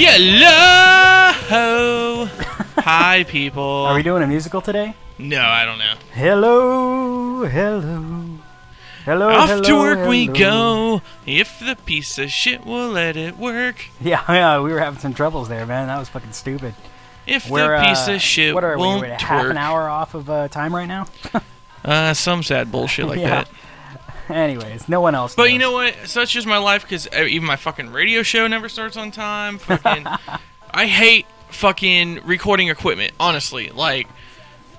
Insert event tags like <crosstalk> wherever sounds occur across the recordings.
<laughs> Hello! Hi, people. Are we doing a musical today? no, I don't know. Hello, hello, hello. Off to Oh, hello, work we hello. go, if the piece of shit will let it work. <laughs> Yeah, yeah, we were having some troubles there, man. That was fucking stupid. If We're the piece uh, of shit what are we? won't we're work. half an hour off of uh, time right now. Uh, some sad bullshit like <laughs> Yeah. that. Anyways, no one else. But you knows. know what? Such is my life because even my fucking radio show never starts on <laughs> time. Fucking, I hate fucking recording equipment. Honestly, like,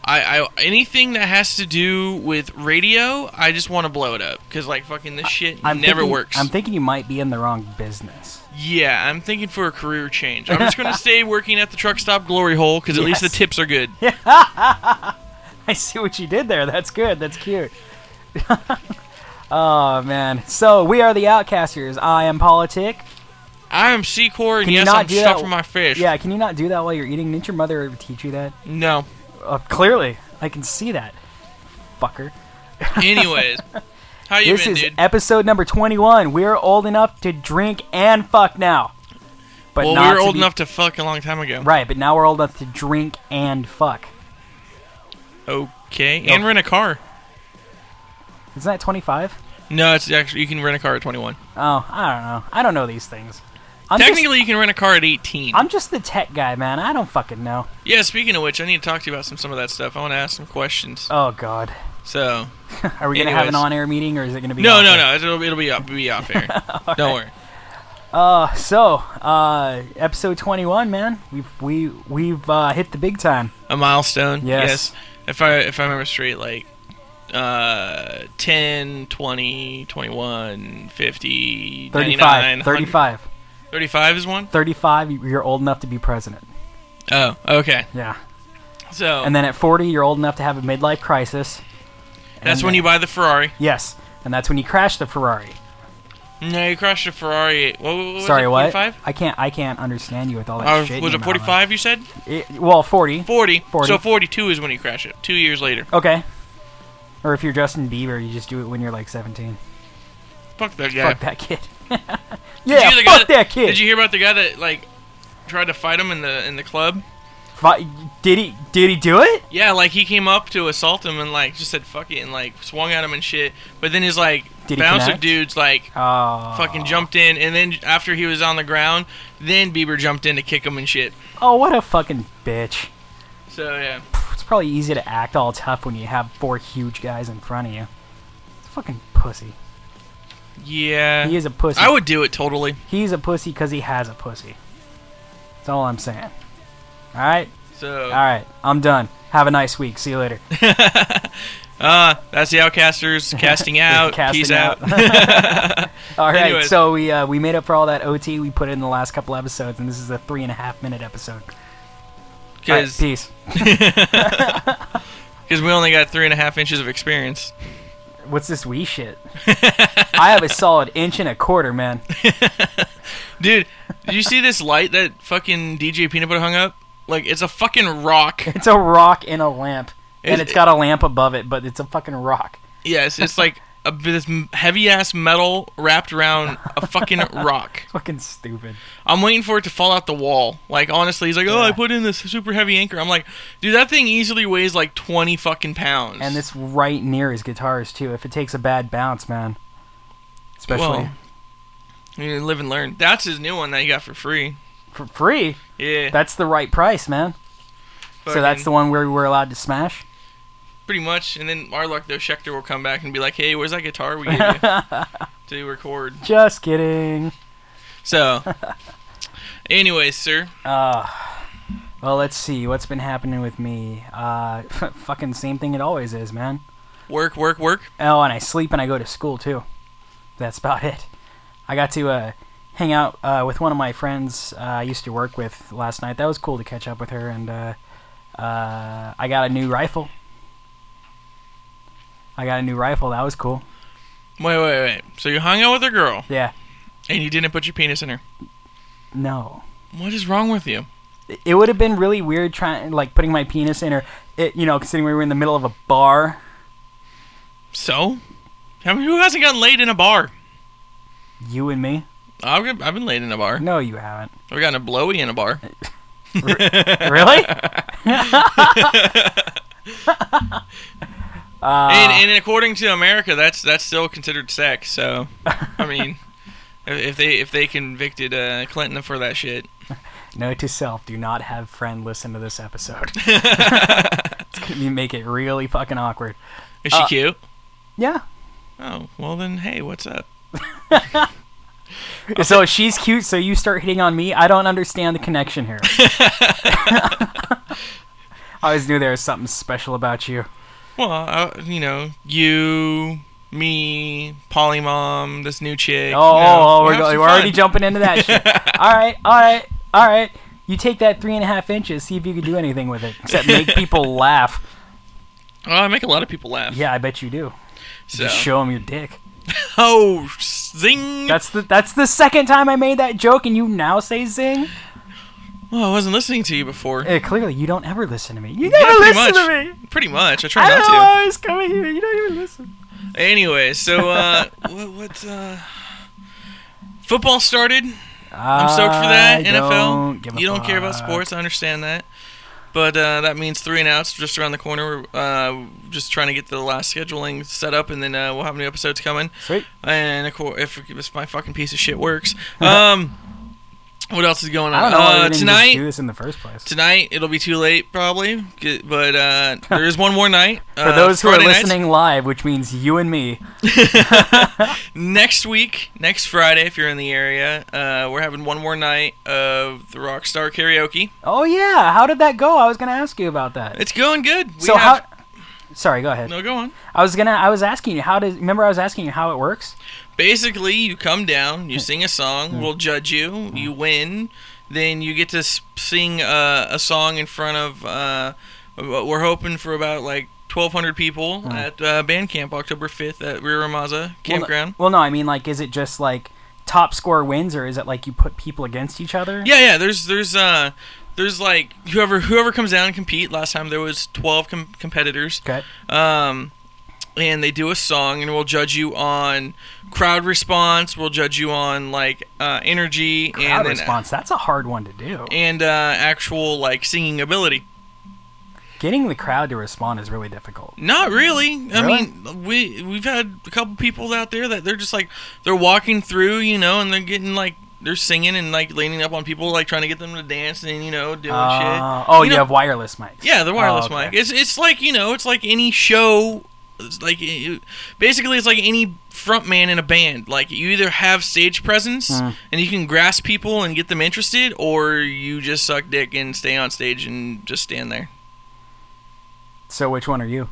I, I anything that has to do with radio, I just want to blow it up because like fucking this shit never thinking, works. I'm thinking you might be in the wrong business. <laughs> yeah, I'm thinking for a career change. I'm just gonna stay working at the truck stop glory hole because at least the Yes. tips are good. I see what you did there. That's good. That's cute. <laughs> oh man. So we are the Outcasters. I am Politic. I am Secor, and Can you yes, not I'm do stuffed that- for my fish. Yeah. Can you not do that while you're eating? Didn't your mother ever teach you that? No. Uh, clearly, I can see that. Fucker. <laughs> Anyways, how you this been, is dude? episode number 21. We're old enough to drink and fuck now. But well, not we were to old be- enough to fuck a long time ago. Right, but now we're old enough to drink and fuck. Okay, and Nope. rent a car. Isn't that 25? No, it's actually you can rent a car at 21. Oh, I don't know. I don't know these things. I'm just, Technically, you can rent a car at 18. I'm just the tech guy, man. I don't fucking know. yeah. Speaking of which, I need to talk to you about some some of that stuff. I want to ask some questions. Oh god. <laughs> So Are we gonna have an Anyways. on-air meeting or is it gonna be? no, off no, air? no. It'll it'll be up be <laughs> off air. Don't worry. Uh, <laughs> so, uh, episode 21, man. We've we we've uh, hit the big time. A milestone. Yes. If I if I remember straight, like uh 10 20 21 50 99 35, 100. 35, 35 is one 35. You're old enough to be president. oh okay Yeah. so And then at 40, you're old enough to have a midlife crisis. that's and when then- you buy the ferrari Yes, and that's when you crash the Ferrari. no you crashed a ferrari what, what was Sorry, it, what? 45? I can't. I can't understand you with all that Uh, shit. in was your it mouth. 45 you said? It- well, 40. 40. 40. So 42 is when you crash it. Two years later. Okay. Or if you're Justin Bieber, you just do it when you're like 17. Fuck that guy. Fuck that kid. <laughs> Did you yeah, hear the guy fuck that kid. Did you hear about the guy that like tried to fight him in the in the club? Fi- did he? Did he do it? Yeah, like he came up to assault him and like just said fuck it and like swung at him and shit. But then his like Did he bounce of connect? dudes like Oh. fucking jumped in and then after he was on the ground, then Bieber jumped in to kick him and shit. Oh, what a fucking bitch. So yeah. It's probably easy to act all tough when you have four huge guys in front of you. It's fucking pussy. Yeah. He is a pussy. I would do it totally. He's a pussy because he has a pussy. That's all I'm saying. All right, So all right. I'm done. Have a nice week. See you later. uh that's the <laughs> outcasters casting out. Casting Peace out. <laughs> all right. Anyways. So we uh, we made up for all that OT we put in the last couple episodes, and this is a three and a half minute episode. All right, Cuz peace. Because we only got three and a half inches of experience. What's this wee shit? I have a solid inch and a quarter, man. Dude, did you see this light that fucking DJ Peanut Butter hung up? Like, it's a <laughs> fucking rock. It's a rock in a lamp, and Is- it's got a lamp above it, but it's a fucking rock. Yes, it's like a, this heavy ass metal wrapped around a <laughs> fucking rock. Fucking stupid. I'm waiting for it to fall out the wall. Like, honestly, he's like, oh, I Yeah. put in this super heavy anchor. I'm like, dude, that thing easily weighs like 20 fucking pounds. And it's right near his guitars too. If it takes a bad bounce, man. Especially Well, you live and learn. That's his new one that he got for free. for free, Yeah. that's the right price, man. so that's fucking- the one where we were allowed to smash. pretty much. And then our luck, though, Schecter will come back and be like, "Hey, where's that guitar we gave you <laughs> to record?" Just kidding. So, anyways, sir, Uh, well, let's see what's been happening with me. Uh, <laughs> fucking same thing it always is, man. work, work, work. Oh, and I sleep and I go to school too. That's about it. I got to uh, hang out uh, with one of my friends uh, I used to work with last night. That was cool to catch up with her, and uh, uh, I got a new rifle. I got a new rifle. That was cool. Wait, wait, wait. So you hung out with a girl Yeah. and you didn't put your penis in her. No. What is wrong with you? It- It would have been really weird trying, like, putting my penis in her. It, you know, considering we were in the middle of a bar. So, I mean, who hasn't gotten laid in a bar? You and me. I've, been- I've been laid in a bar. No, you haven't. I've gotten a blowy in a bar. really? and, and according to America, that's that's still considered sex. So, I mean, if if they if they convicted uh, Clinton for that shit, <laughs> Note to self: Do not have friend listen to this episode. <laughs> it's gonna be, make it really fucking awkward. is she cute? Yeah. Oh well, then hey, what's up? So she's cute. So you start hitting on me. I don't understand the connection here. I always knew there was something special about you. Well, I, you know, you, me, Polymom, this new Oh, chick. you know, oh, oh, we'll we're, have go- some we're already fun. jumping into that shit. all right, all right, all right. You take that three and a half inches. See if you can do anything with it, except make people laugh. Well, Oh, I make a lot of people laugh. Yeah, I bet you do. So. Just show them your dick. Oh, zing! That's the that's the second time I made that joke, and you now say zing. well, Oh, I wasn't listening to you before. Eh, clearly, you don't ever listen to me. You Yeah, never pretty listen much. to me. Pretty much. I try I don't not know to. why I was coming here. You don't even listen. Anyway, <laughs> so uh, what, what's uh, football started? I'm stoked for that. I NFL. don't give a you don't care about fuck. sports. I understand that, but uh, that means three and outs just around the corner. We're uh, just trying to get the last scheduling set up, and then uh, we'll have new episodes coming. Sweet. And of course, if if my fucking piece of shit works, um, what else is going on? I don't know why we uh, didn't tonight. just do this in the first place. Tonight it'll be too late probably, g- but <laughs> uh, there is one more night. for uh, those who are Friday nights. listening live, which means you and me, <laughs> <laughs> next week, next Friday, if you're in the area, uh, we're having one more night of the Rockstar Karaoke. Oh yeah, how did that go? I was gonna ask you about that. It's going good. We so have- how? Sorry, go ahead. No, go on. I was gonna. I was asking you how does. Remember, I was asking you how it works. Basically, you come down, you sing a song, we'll judge you, you win, then you get to s- sing uh, a song in front of. Uh, what we're hoping for about like 1,200 people at uh, Band Camp October 5th at Rio Ramaza Campground. Well no, I mean, like, is it just like top score wins, or is it like you put people against each other? Yeah, yeah. There's there's uh there's like whoever whoever comes down and compete. Last time there was 12 com- competitors. Okay. um, and they do a song, and we'll judge you on crowd response. We'll judge you on like uh, energy Crowd and then- response. That's a hard one to do. and uh, actual like singing ability. Getting the crowd to respond is really difficult. Not really. I Really? mean, we we've had a couple people out there that they're just like they're walking through, you know, and they're getting like. They're singing and like leaning up on people, like trying to get them to dance and you know doing Uh, shit. oh, You you, know- have wireless mics. Yeah, the wireless Oh, okay. mic. It's it's like you know, it's like any show. It's like it- basically, it's like any front man in a band. Like you either have stage presence Hmm. and you can grasp people and get them interested, or you just suck dick and stay on stage and just stand there. So which one are you?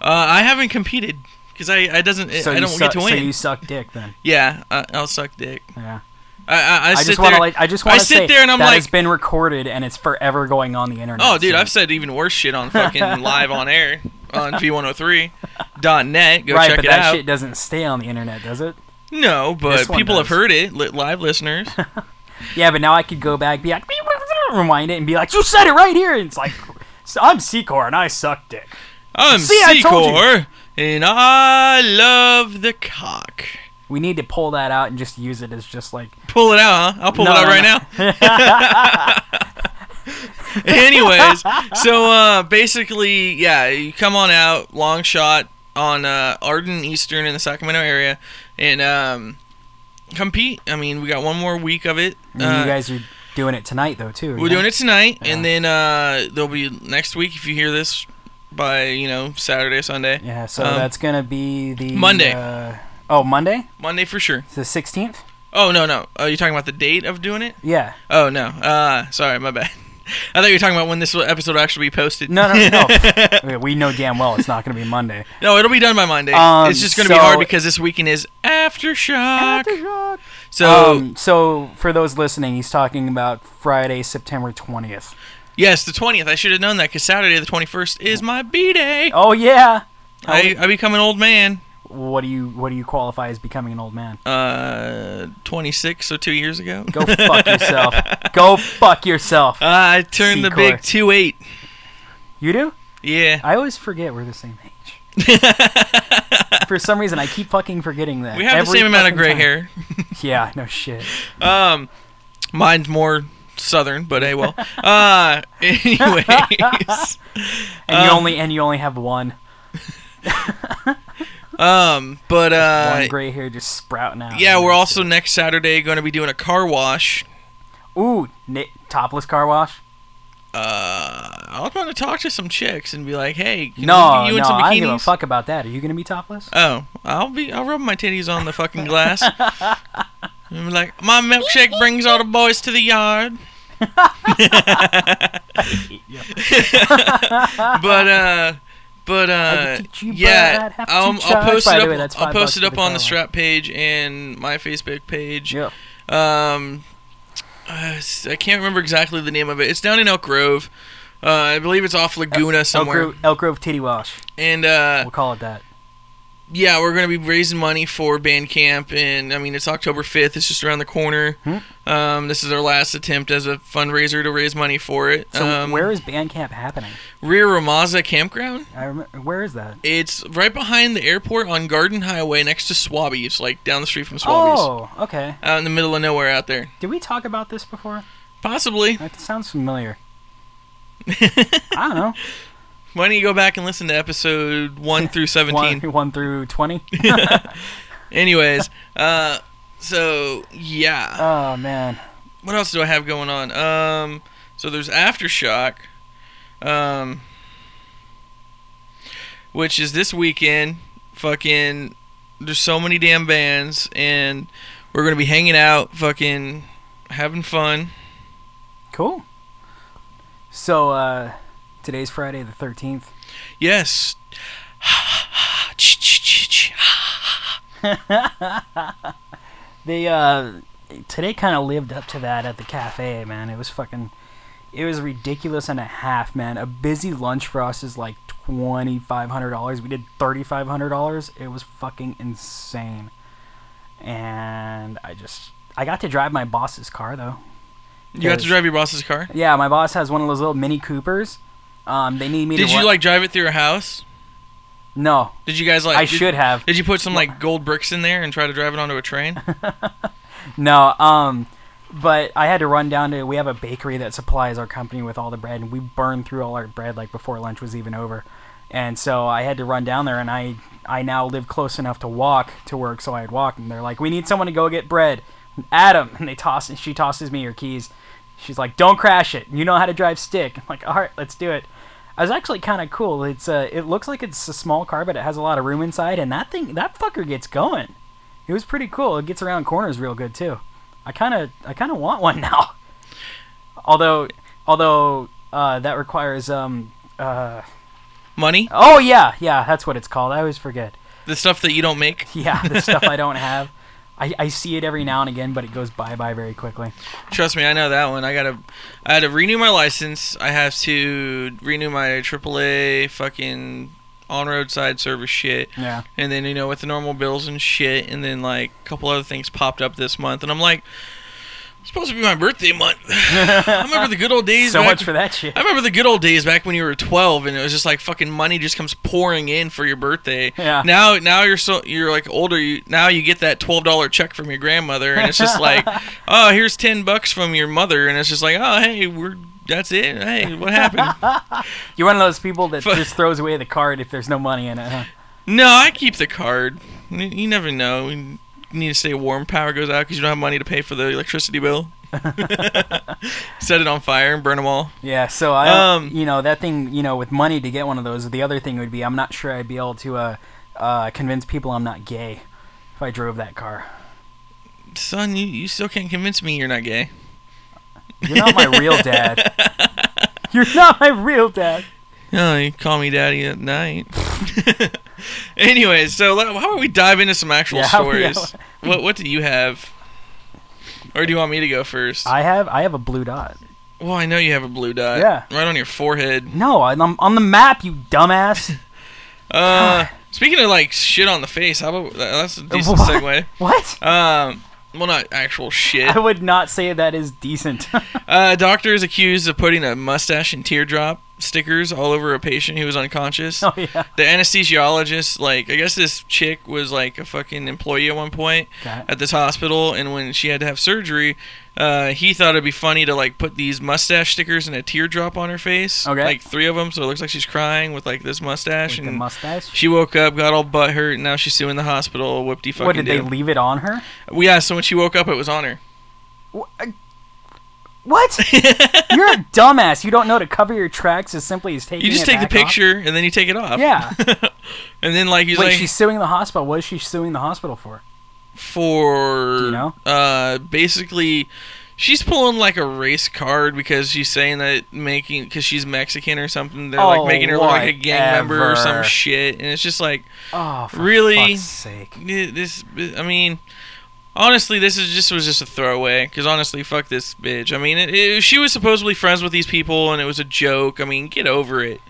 Uh, I haven't competed because I, I doesn't so Eh, I you don't suck, get to So win. you suck dick then. yeah, I, I'll suck dick. Yeah. I I, I, I sit just there. want to like. I just want I to sit say there and I'm that like, has been recorded and it's forever going on the internet. oh dude, so- I've said even worse <laughs> shit on fucking live on air on v103.net. Go right, check but it that out. shit doesn't stay on the internet, does it? No, but This one people have does. heard it. Li- <laughs> live listeners. Yeah, but now I could go back, be like, <laughs> rewind it, and be like, you said it right here. And it's like, <laughs> so I'm Secor and I suck dick. I'm See, I told you. Secor, and I love the cock. We need to pull that out and just use it as just like, Pull it out, huh? I'll pull No, it out no, right now. <laughs> Anyways, so uh, basically, yeah, you come on out, long shot on uh, Arden Eastern in the Sacramento area, and um, compete. I mean, we got one more week of it. I mean, you guys are doing it tonight though too. Uh, We're doing it tonight, and then uh, there'll be next week if you hear this by you know Saturday, Sunday. Yeah, so Um, that's gonna be the Monday. Uh, oh, Monday, Monday for sure. It's the sixteenth. Oh no no! Are you talking about the date of doing it? Yeah. Oh no! Uh, sorry, my bad. <laughs> I thought you were talking about when this episode will actually be posted. No, no, no. no. we know damn well it's not gonna be Monday. <laughs> no, it'll be done by Monday. Um, it's just going to be so- hard because this weekend is aftershock. So Um, so for those listening, he's talking about Friday, September twentieth. yes, the twentieth. I should have known that because Saturday the twenty-first is my b day. Oh yeah. How I, I become an old man. what do you what do you qualify as becoming an old man? Uh, twenty-six, so two years ago. Go fuck yourself. Go fuck yourself. <laughs> I turned the Secor. big two eight. You do? Yeah. I always forget we're the same age. <laughs> For some reason, I keep fucking forgetting that. We have the every same amount of fucking gray time. hair. Yeah, no shit. <laughs> Um, mine's more southern, but <laughs> hey, well. Uh, <laughs> anyways, And you Um, only and you only have one, um, but one uh, gray hair just sprouting out. yeah, we're also next Saturday going to be doing a car wash. ooh ni- topless car wash. Uh, I was going to talk to some chicks and be like, "Hey, can No, we get you in no, some bikinis?" I don't give a fuck about that. Are you gonna be topless? Oh, I'll be. I'll rub my titties on the fucking <laughs> glass. and be like, my milkshake brings all the boys to the yard. <laughs> but uh, but uh, could teach you yeah, bad, have I'll, to I'll charge. post By it the up. way, that's I'll five post bucks it for up the on the car Strap page and my Facebook page. Yep. Um, uh, s- I can't remember exactly the name of it. It's down in Elk Grove. Uh, I believe it's off Laguna Elk somewhere. Grove, Elk Grove titty wash. And uh, We'll call it that. yeah, we're going to be raising money for Bandcamp, and I mean it's October fifth. It's just around the corner. Hmm. Um, this is our last attempt as a fundraiser to raise money for it. So um, where is Bandcamp happening? Rio Ramaza Campground? I remember, where is that? It's right behind the airport on Garden Highway, next to Swabby's, like down the street from Swabby's, Oh, okay. out in the middle of nowhere out there. Did we talk about this before? Possibly. <laughs> That sounds familiar. I don't know. Why don't you go back and listen to episode one <laughs> through <laughs> seventeen? One, one through <laughs> twenty. Anyways, uh, so yeah. oh man. what else do I have going on? Um, so there's Aftershock, um, which is this weekend. Fucking, there's so many damn bands, and we're gonna be hanging out, fucking, having fun. Cool. So uh, today's Friday the thirteenth. Yes. They uh, today kind of lived up to that at the cafe, man. It was fucking, it was ridiculous and a half, man. A busy lunch for us is like twenty five hundred dollars. We did thirty five hundred dollars. It was fucking insane. And I just, I got to drive my boss's car though. You got to drive your boss's car. Yeah, my boss has one of those little Mini Coopers. Um, they need me Did to. you run- like drive it through your house? No, Did you guys like? I did- should have. Did you put some like gold bricks in there and try to drive it onto <laughs> a train? No, um, but I had to run down to. We have a bakery that supplies our company with all the bread, and we burned through all our bread like before lunch was even over. And so I had to run down there, and I I now live close enough to walk to work, so I had walked. And they're like, "We need someone to go get bread, Adam." And they toss, and she tosses me her keys. She's like, "Don't crash it. You know how to drive stick." I'm like, "All right, let's do it." I was actually kind of cool. It's uh, it looks like it's a small car, but it has a lot of room inside, and that thing, that fucker gets going. It was pretty cool. It gets around corners real good too. I kind of I kind of want one <laughs> now. Although although uh, that requires um uh Money? oh yeah yeah that's what it's called. I always forget. <laughs> The stuff that you don't make? Yeah, the stuff I don't have. I, I see it every now and again, but it goes bye bye very quickly. Trust me, I know that one. I gotta, I had to renew my license. I have to renew my AAA fucking on-road side service shit, Yeah. and then you know with the normal bills and shit, and then like a couple other things popped up this month, and I'm like, it's supposed to be my birthday month. <laughs> I remember the good old <laughs> days. So back- much for that shit. I remember the good old days back when you were 12 and it was just like fucking money just comes pouring in for your birthday. Yeah. Now now you're so you're like older you now you get that $12 check from your grandmother and it's just like oh here's 10 bucks from your mother and it's just like oh hey we're that's it. Hey, what happened? You're one of those people that Fu- just throws away the card if there's no money in it. Huh? no, I keep the card. N- You never know. You need to stay warm. Power goes out because you don't have money to pay for the electricity bill. <laughs> Set it on fire and burn them all. Yeah, so I, Um, you know, that thing, you know, with money to get one of those. The other thing would be, I'm not sure I'd be able to uh, uh, convince people I'm not gay if I drove that car. Son, you, you still can't convince me you're not gay. You're not my real <laughs> dad. You're not my real dad. Oh, you call me daddy at night. <laughs> Anyways, so let, how about we dive into some actual Yeah, <laughs> how- yeah. stories? What what do you have? Or do you want me to go first? I have, I have a blue dot. well, I know you have a blue dot. Yeah. Right on your forehead. No, I'm I'm on the map, you dumbass. <sighs> Uh, speaking of like shit on the face, how about <laughs> that- that's a <laughs> decent What? segue. What? Um, well, not actual shit. <laughs> I would not say that is decent. Uh, doctor is accused of putting a mustache in teardrop. stickers all over a patient who was unconscious. Oh yeah. The anesthesiologist, like, I guess this chick was like a fucking employee at one point Got it. at this hospital, and when she had to have surgery, uh, he thought it'd be funny to like put these mustache stickers and a teardrop on her face, Okay. like three of them, so it looks like she's crying with like this mustache. With the and mustache. she woke up, got all butthurt, and now she's suing the hospital. Whoopty fucking. What did they do. leave it on her? Well, yeah, so when she woke up, it was on her. Wh- I- <laughs> What? You're a dumbass. You don't know to cover your tracks as simply as taking. You just it take the back off. picture and then you take it off. Yeah. <laughs> and then like he's Wait, like she's suing the hospital. What is she suing the hospital for? for Do you know? uh basically she's pulling like a race card because she's saying that making because she's Mexican or something they're Oh, like making her look like a gang member or some whatever. shit and it's just like Oh, for Really? fuck's sake. eh, this I mean honestly this is just was just a throwaway because honestly fuck this bitch I mean it, it, she was supposedly friends with these people and it was a joke I mean get over it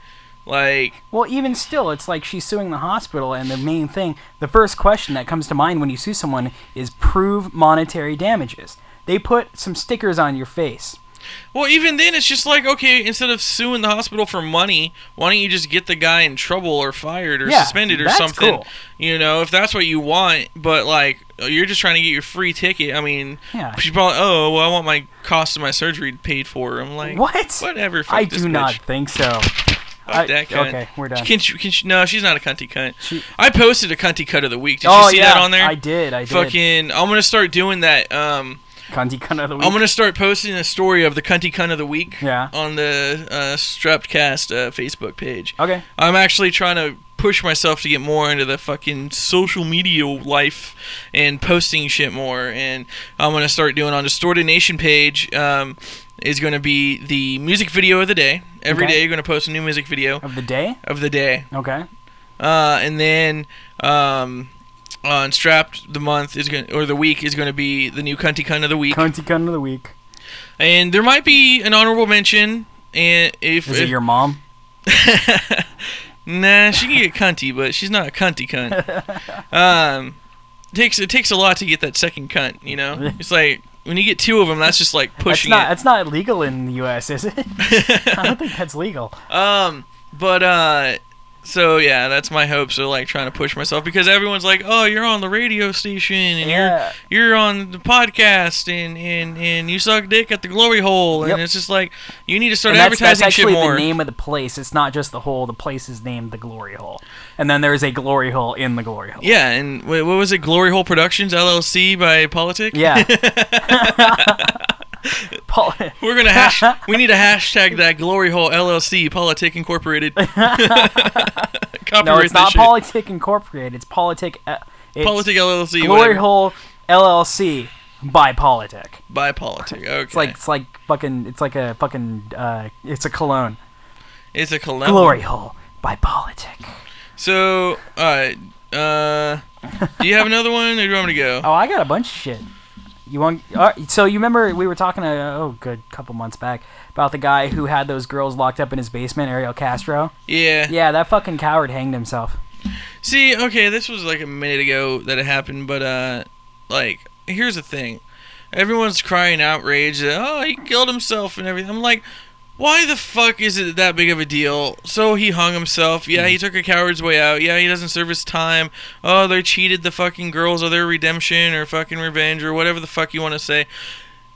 like Well, even still, it's like she's suing the hospital, and the main thing, the first question that comes to mind when you sue someone is prove monetary damages. They put some stickers on your face. Well, even then, it's just like okay, instead of suing the hospital for money, why don't you just get the guy in trouble or fired or Yeah, suspended or that's something? cool. You know, if that's what you want. But like, you're just trying to get your free ticket. I mean, Yeah. she probably oh well, I want my cost of my surgery paid for. I'm like, What? Whatever. Fuck I this do bitch. not think so. Fuck I- that cunt. okay, we're done. Can she, can she, no, she's not a cunty cunt. She- I posted a cunty cut of the week. Did oh you see yeah, that on there? I did. I did. Fucking, I'm gonna start doing that. Um, Kanji cunt of the week. I'm gonna start posting a story of the cunty cunt of the week. Yeah. On the uh, Streptcast uh, Facebook page. Okay. I'm actually trying to push myself to get more into the fucking social media life and posting shit more. And I'm gonna start doing on Distorted Nation page. Um, is gonna be the music video of the day. Every Okay. day you're gonna post a new music video Of the day. of the day. Okay. Uh, and then um, on Strapped, the month is gonna or the week is gonna be the new cunty cunt of the week. Kanji cunt of the week. And there might be an honorable mention, and if, Is if it your mom? <laughs> nah, she can get cunty, but she's not a cunty <laughs> cunt. um, takes it takes a lot to get that second cunt, <laughs> you know. It's like when you get two of them, that's just like That's pushing not. That's not legal in the U.S., <laughs> is it? I don't think that's legal. it. Um, but uh, so yeah, that's my hopes of like trying to push myself because everyone's like, oh, you're on the radio station and Yeah. you're you're on the podcast and and and you suck dick at the glory hole, and Yep. it's just like you need to start And that's, that's advertising actually shit more. the name of the place. It's not just the hole. The place is named the Glory Hole, and then there is a glory hole in the glory hole. Yeah, and wh- what was it? Glory Hole Productions LLC by Politic. Yeah. <laughs> Paul, we're gonna hash. we need to hashtag that Glory Hole LLC Politic <laughs> Incorporated. <laughs> Copyright no, it's that not shit. Politic Incorporated. It's Politic. Uh, it's Politic LLC. Glory whatever. Hole LLC by Politic. by Politic. Okay, It's like it's like fucking. It's like a fucking. Uh, it's a cologne. it's a collab. Glory Hole by Politic. So, all right. Uh, do you have another one, or do you want me to go? <laughs> Oh, I got a bunch of shit. You want? Uh, so you remember we were talking a oh good couple months back about the guy who had those girls locked up in his basement, Ariel Castro. Yeah. Yeah, that fucking coward hanged himself. See, okay, this was like a minute ago that it happened, but uh, like, here's the thing: everyone's crying outrage that oh, he killed himself and everything. I'm like, why the fuck is it that big of a deal? So he hung himself. Yeah, he took a coward's way out. Yeah, he doesn't serve his time. Oh, they cheated the fucking girls of their redemption or fucking revenge or whatever the fuck you want to say.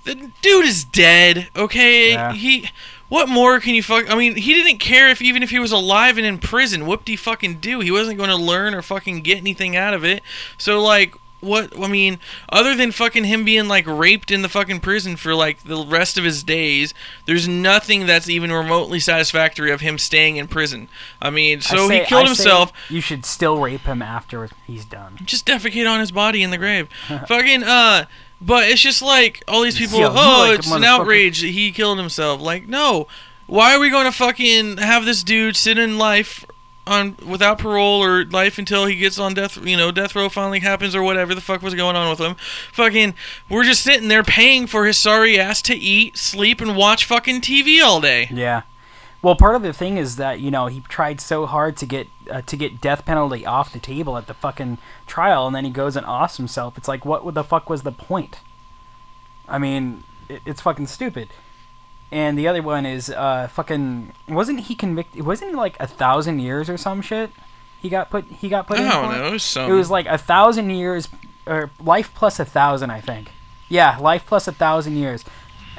The dude is dead. Okay, Yeah. he. What more can you fuck? I mean, he didn't care if even if he was alive and in prison. Whoop de fucking do. He wasn't going to learn or fucking get anything out of it. So like, what? I mean, other than fucking him being like raped in the fucking prison for like the rest of his days, there's nothing that's even remotely satisfactory of him staying in prison. I mean, I so say- he killed I say himself. You should still rape him after he's done. Just defecate on his body in <laughs> the grave. fucking uh. But it's just like all these people. Yeah, you oh, like a it's an motherfucker." outrage that he killed himself. Like, no. Why are we going to fucking have this dude sit in life on without parole or life until he gets on death? You know, death row finally happens or whatever the fuck was going on with him. Fucking, we're just sitting there paying for his sorry ass to eat, sleep, and watch fucking TV all day. Yeah. Well, part of the thing is that you know he tried so hard to get uh, to get death penalty off the table at the fucking trial, and then he goes and offs himself. It's like, what the fuck was the point? I mean, it, it's fucking stupid. and the other one is uh fucking wasn't he convicted? Wasn't he like a thousand years or some shit? He got put. He got put I in. don't for? know. Some, It was like a thousand years, or life plus a thousand, I think. Yeah, life plus a thousand years,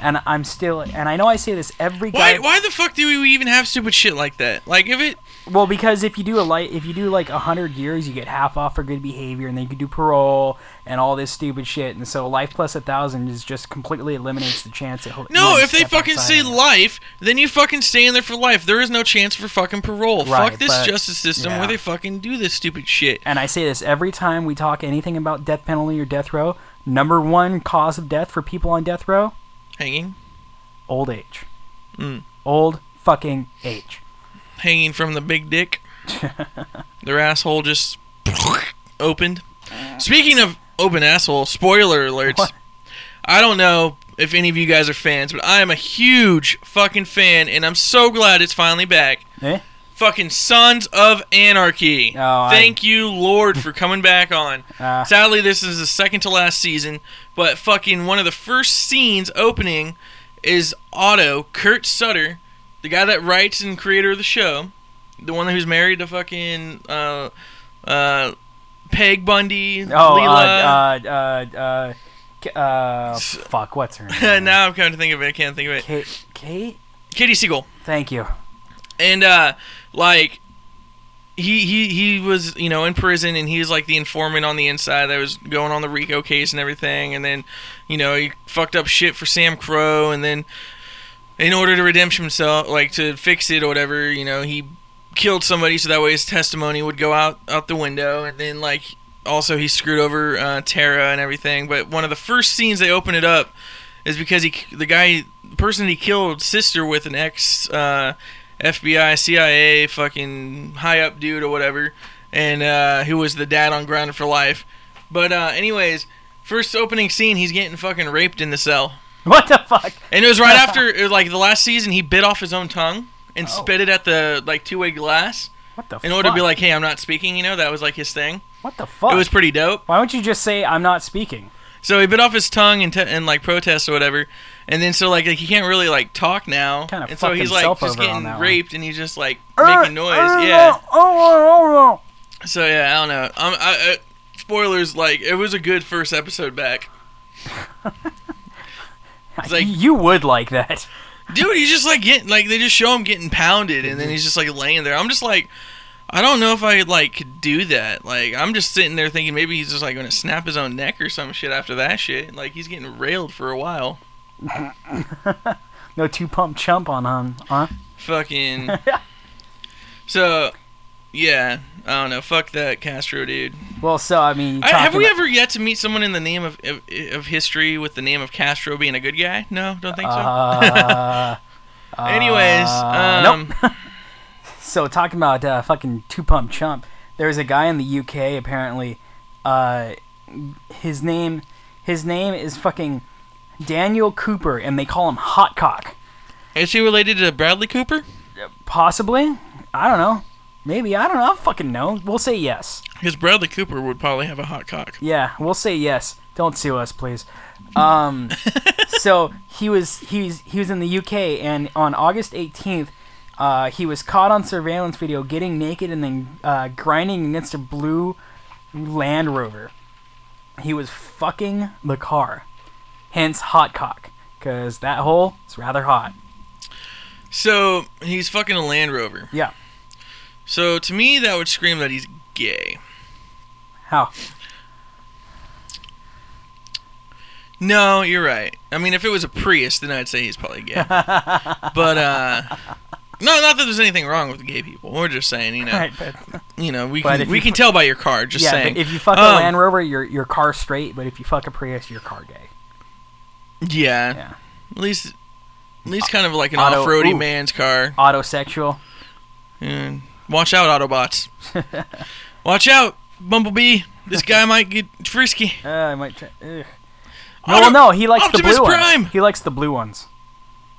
and I'm still, and I know I say this every. why, guy- why the fuck do we even have stupid shit like that? Like, if it. Well, because if you do a light, if you do like a hundred years, you get half off for good behavior, and then you can do parole and all this stupid shit. And so, life plus a thousand is just completely eliminates the chance. That he'll- No, he'll if they step fucking outside say of it. life, then you fucking stay in there for life. There is no chance for fucking parole. Right, Fuck this but- justice system yeah. where they fucking do this stupid shit. and I say this every time we talk anything about death penalty or death row, number one cause of death for people on death row, Hanging? old age, Mm. old fucking age. Hanging from the <laughs> big dick. Their asshole just opened. Speaking of open asshole, spoiler alerts. What? I don't know if any of you guys are fans, but I am a huge fucking fan, and I'm so glad it's finally back. Eh? Fucking Sons of Anarchy. Oh, I- Thank you, Lord, for coming back on. Uh, Sadly, this is the second to last season, but fucking one of the first scenes opening is Otto, Kurt Sutter, the guy that writes and creator of the show, the one who's married to fucking uh, uh, Peg Bundy, oh, Leela. uh, uh, uh, uh, K- uh, fuck, what's her name? <laughs> now I'm coming to think of it, I can't think of it. Kate, Kate. Katie Siegel. Thank you. <laughs> and uh like he he he was you know in prison and he was like the informant on the inside that was going on the Rico case and everything and then you know he fucked up shit for Sam Crow and then in order to redeem himself like to fix it or whatever you know he killed somebody so that way his testimony would go out out the window and then like also he screwed over uh, Tara and everything but one of the first scenes they open it up is because he the guy the person he killed sister with an ex uh, FBI CIA fucking high up dude or whatever and uh, who was the dad on grounded for life but uh, anyways first opening scene he's getting fucking raped in the cell What the fuck? and it was right after it was like the last season he bit off his own tongue and Oh. spit it at the like two way glass What the? in order fuck? to be like hey I'm not speaking you know that was like his thing what the fuck? it was pretty dope Why don't you just say I'm not speaking? So he bit off his tongue and, t- and like protest or whatever, and then so like, he can't really like talk now, Kinda and so fucked he's like himself just over on getting that one. raped and he's just like Uh, making noise. uh, yeah. Oh, oh, oh, So yeah, I don't know. Um, I, I, spoilers like it was a good first episode back, oh. It's like- you would like that. <laughs> dude. He's just like getting like they just show him getting pounded and then he's just like laying there. I'm just like. I don't know if I like could do that. Like I'm just sitting there thinking maybe he's just like gonna snap his own neck or some shit after that shit. Like he's getting railed for a while. No two pump chump on on huh? <laughs> Fucking. so, yeah, I don't know. Fuck that Castro dude. Well, so I mean, you I, talked have we about- ever yet to meet someone in the name of, of of history with the name of Castro being a good guy? No, don't think so. Uh, <laughs> Anyways, uh, um, nope. so talking about uh, fucking two pump chump, there was a guy in the UK apparently. Uh, his name, his name is fucking Daniel Cooper, and they call him Hot Cock. <laughs> is he related to Bradley Cooper? Possibly, I don't know. Maybe I don't know. I fucking know. We'll say yes. Because Bradley Cooper would probably have a hot cock. Yeah, we'll say yes. Don't sue us, please. <laughs> Um, so he was he's he was in the UK, and on August 18th, uh, he was caught on surveillance video getting naked and then uh, grinding against a blue Land Rover. He was fucking the car, hence hot cock, because that hole is rather hot. So he's fucking a Land Rover. Yeah. So to me, that would scream that he's gay. How? No, you're right. I mean, if it was a Prius, then I'd say he's <laughs> probably gay. but uh, no, not that there's anything wrong with gay people. We're just saying, you know, Right, but, you know, we But can if we you can fu- tell by your car. Oh, Just yeah, saying. but if you fuck Um, a Land Rover, your your car straight, but if you fuck a Prius, your car gay. yeah, Yeah. Uh, at least at least kind of like an Auto- off-roady ooh. man's car. Autosexual. Yeah. Watch out, <laughs> Autobots! Watch out, Bumblebee! This guy might get frisky. Uh, I might try. Ugh. No, Auto- well, no, he likes Optimus the blue Prime! ones. He likes the blue ones,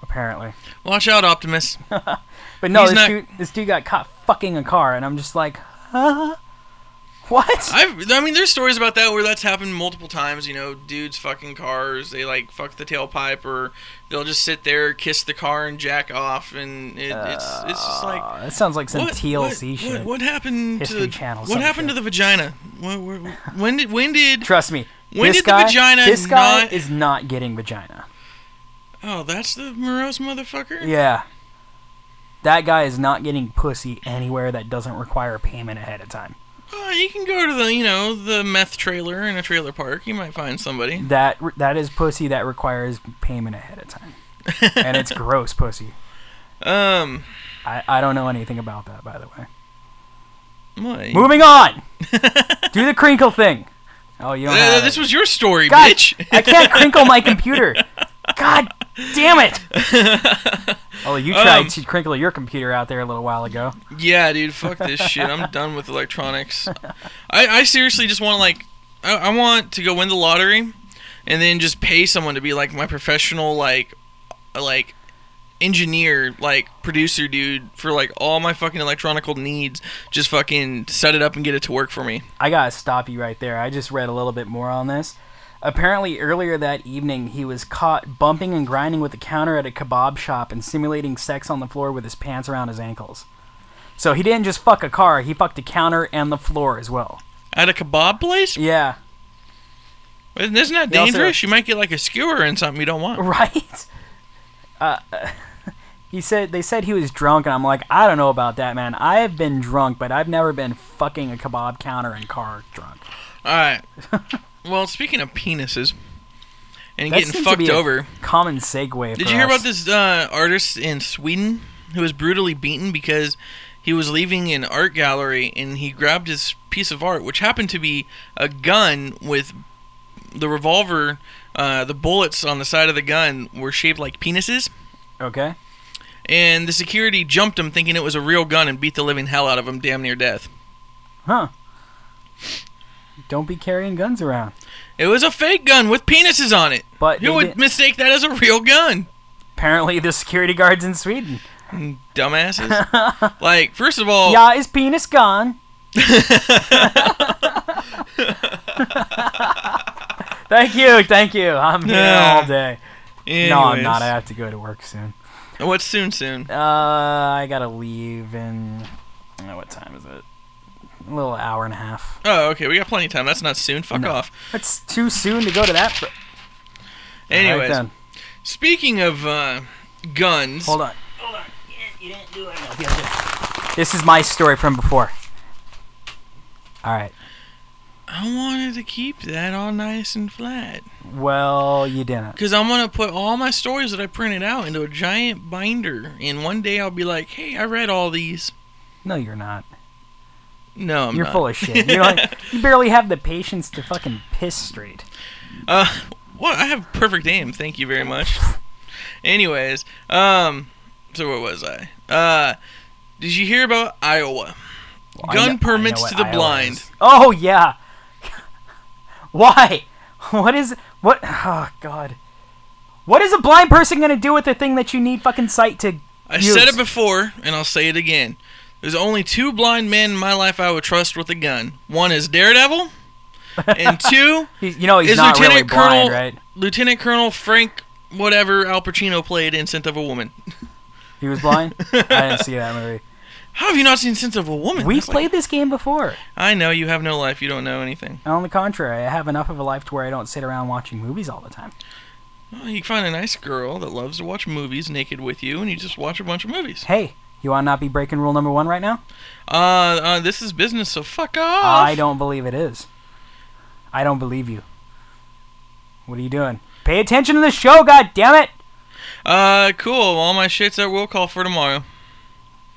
apparently. Watch out, Optimus! But no, He's this not- dude, this dude got caught fucking a car, and I'm just like, huh? What? I've, I mean, there's stories about that where that's happened multiple times. You know, dudes fucking cars. They like fuck the tailpipe, or they'll just sit there, kiss the car, and jack off. And it, it's it's just like Uh, that sounds <laughs> like some TLC what, shit. What, what happened History to Channel, some What happened shit. to the vagina? What, what, when did when did? Trust me. When this did the guy, vagina This guy not- is not getting vagina. Oh, that's the morose motherfucker. Yeah. That guy is not getting pussy anywhere that doesn't require payment ahead of time. Oh, you can go to the you know the meth trailer in a trailer park. You might find somebody. That that is pussy that requires payment ahead of time, and <laughs> it's gross pussy. Um, I, I don't know anything about that, by the way. what? Moving <laughs> on. Do the crinkle thing. Oh, you don't. Uh, have this it. was your story, God, bitch. I can't crinkle my <laughs> computer. God damn it! <laughs> Oh, you tried Um, to crinkle your computer out there a little while ago. Yeah, dude, fuck this shit. I'm done with electronics. I, I seriously just want to like, I, I want to go win the lottery, and then just pay someone to be like my professional like, like, engineer like producer dude for like all my fucking electronical needs. Just fucking set it up and get it to work for me. I gotta stop you right there. I just read a little bit more on this. Apparently, earlier that evening, he was caught bumping and grinding with the counter at a kebab shop and simulating sex on the floor with his pants around his ankles. So he didn't just fuck a car; he fucked the counter and the floor as well. At a kebab place? Yeah, Isn't isn't that They also- dangerous? you might get like a skewer and something you <laughs> don't want. right. Uh, <laughs> he said they said he was drunk, and I'm like, I don't know about that, man. I have been drunk, but I've never been fucking a kebab counter and car drunk. All right. Well, speaking of penises and That getting seems to be fucked a over. Common segue. Did for you hear us. about this uh, artist in Sweden who was brutally beaten because he was leaving an art gallery and he grabbed his piece of art, which happened to be a gun with the revolver. Uh, the bullets on the side of the gun were shaped like penises, Okay. and the security jumped him thinking it was a real gun and beat the living hell out of him, damn near death. Huh. Don't be carrying guns around. It was a fake gun with penises on it. But Who they would didn't- mistake that as a real gun? <laughs> apparently the security guards in Sweden. Dumbasses. <laughs> like, first of all, Yeah, his penis <laughs> gone. <laughs> thank you, thank you. I'm here Yeah. all day. No, I'm not. I anyways. have to go to work soon. What's soon, soon? Uh, I gotta leave in. oh, what time is it? A little hour and a half. Oh, okay. We got plenty of time. That's not soon. Fuck off. That's too soon to go to that. But... All right, Anyways, then. speaking of uh, guns, hold on. Hold on. You didn't do it. This is my story from before. All right. I wanted to keep that all nice and flat Well, you didn't. because I'm gonna put all my stories that I printed out into a giant binder, and one day I'll be like, "Hey, I read all these." No, you're not. No, I'm You're not. full of shit. You <laughs> don't. you barely have the patience to fucking piss straight. Uh, well, I have perfect aim. Thank you very much. Anyways, um, so where was I? Uh, did you hear about Iowa? Well, I Gun kn- I know permits what to the Iowa blind. is. Oh yeah. <laughs> Why? <laughs> What is what? <sighs> Oh god. What is a blind person gonna do with the thing that you need fucking sight to? I use? said it before, and I'll say it again. There's only two blind men in my life I would trust with a gun. One is Daredevil, <laughs> and two He- you know he's is not Lieutenant really Colonel blind, right? Lieutenant Colonel Frank whatever Al Pacino played in *Scent of a Woman*. He was <laughs> blind. I didn't see that movie. How have you not seen *Scent of a Woman*? We That's like- played this game before. I know you have no life. You don't know anything. On the contrary, I have enough of a life to where I don't sit around watching movies all the time. Well, Oh, you find a nice girl that loves to watch movies naked with you, and you just watch a bunch of movies. Hey, you want to not be breaking rule number one right now? Uh, uh this is business, so fuck off. I don't believe it is. I don't believe you. What are you doing? Pay attention to the show, god damn it! Uh, cool. All my shit's at will call for tomorrow.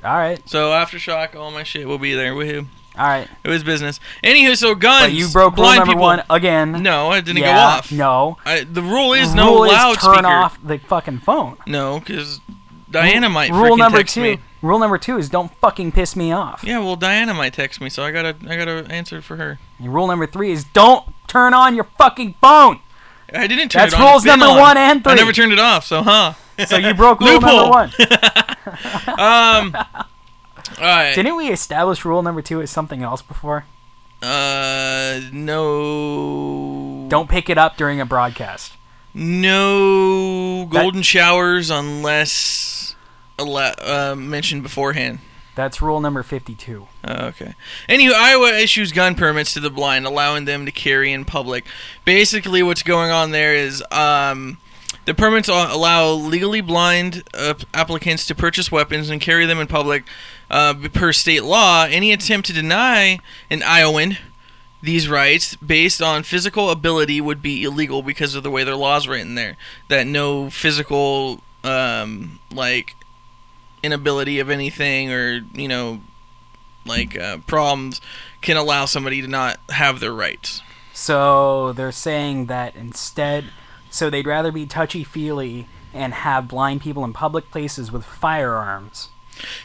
All right, So aftershock, all my shit will be there. Woohoo. all right. It was business. Anywho, so guns. But you broke rule blind number people. one again. No, it didn't yeah, go off. No. I, the rule is rule no is loudspeaker. turn off the fucking phone. No, because Diana might rule freaking number text two. me. Rule number two is don't fucking piss me off. Yeah, well, Diana might text me, so I gotta I gotta answer for her. And rule number three is don't turn on your fucking phone. I didn't turn That's it on. rules It's been number on. one and I three. never turned it off, so huh? So you broke rule number Loophole. one. <laughs> Um. all right. <laughs> Didn't we establish rule number two as something else before? Uh, no. Don't pick it up during a broadcast. No golden showers unless ale- uh, mentioned beforehand. That's rule number 52. Oh, okay. Anywho, Iowa issues gun permits to the blind, allowing them to carry in public. Basically, what's going on there is um, the permits al- allow legally blind uh, applicants to purchase weapons and carry them in public. Uh, b- per state law, any attempt to deny an Iowan these rights based on physical ability would be illegal because of the way their laws written there. That no physical, um, like, inability of anything or, you know, like uh, problems can allow somebody to not have their rights. So they're saying that instead, so they'd rather be touchy feely and have blind people in public places with firearms.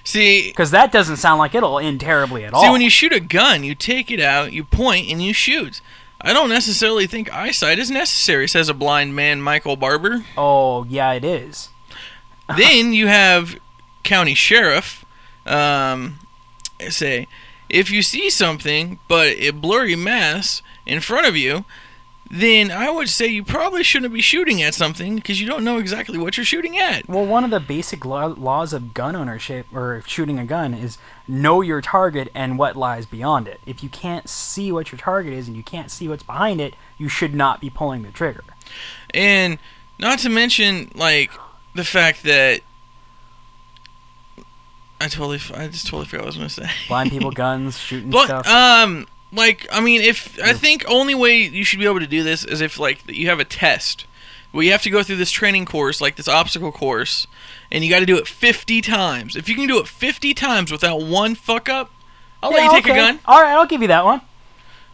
See, Because that doesn't sound like it'll end terribly at all. see, when you shoot a gun, you take it out, you point, and you shoot. I don't necessarily think eyesight is necessary, says a blind man, Michael Barber. oh, yeah, it is. then you have county sheriff um, say, if you see something but a blurry mass in front of you, then I would say you probably shouldn't be shooting at something because you don't know exactly what you're shooting at. Well, one of the basic law- laws of gun ownership or shooting a gun is know your target and what lies beyond it. If you can't see what your target is and you can't see what's behind it, you should not be pulling the trigger. And not to mention, like, the fact that. I totally, f- I just totally forgot what I was gonna say. Blind people, guns, shooting <laughs> But stuff. um, like I mean, if I think only way you should be able to do this is if like you have a test. Well, you have to go through this training course, like this obstacle course, and you got to do it 50 times. If you can do it 50 times without one fuck up, I'll let Yeah, you take okay. a gun. All right, I'll give you that one.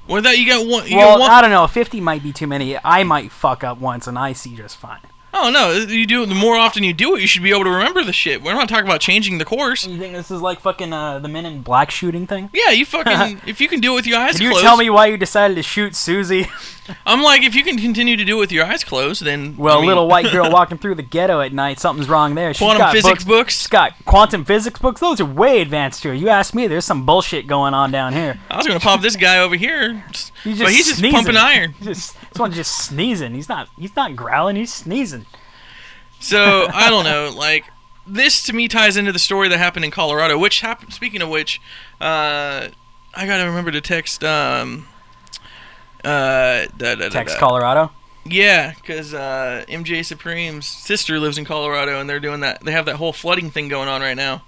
Without you got one, you well, got one. I don't know. Fifty might be too many. I might fuck up once, and I see just fine. oh no, you do it. The more often you do it, you should be able to remember the shit. We're not talking about changing the course. You think this is like fucking uh, the Men in Black shooting thing? Yeah, <laughs> you fucking. if you can do it with your eyes Can you closed, tell me why you decided to shoot Susie? <laughs> I'm like, if you can continue to do it with your eyes closed, then I Well, mean- little white <laughs> girl walking through the ghetto at night, something's wrong there. She's Quantum got physics books? She's got quantum physics books. Those are way advanced here. You ask me, there's some bullshit going on down here. I was gonna pop this guy over here, s- <laughs> He's just but he's just sneezing. pumping iron. <laughs> Just, this one's just sneezing. He's not. He's not growling. He's sneezing. So I don't know. <laughs> Like this to me ties into the story that happened in Colorado. Which happened. Speaking of which, uh, I gotta remember to text. Um, uh, da, da, da, Text da. Colorado. Yeah, because uh, MJ Supreme's sister lives in Colorado, and they're doing that. They have that whole flooding thing going on right now,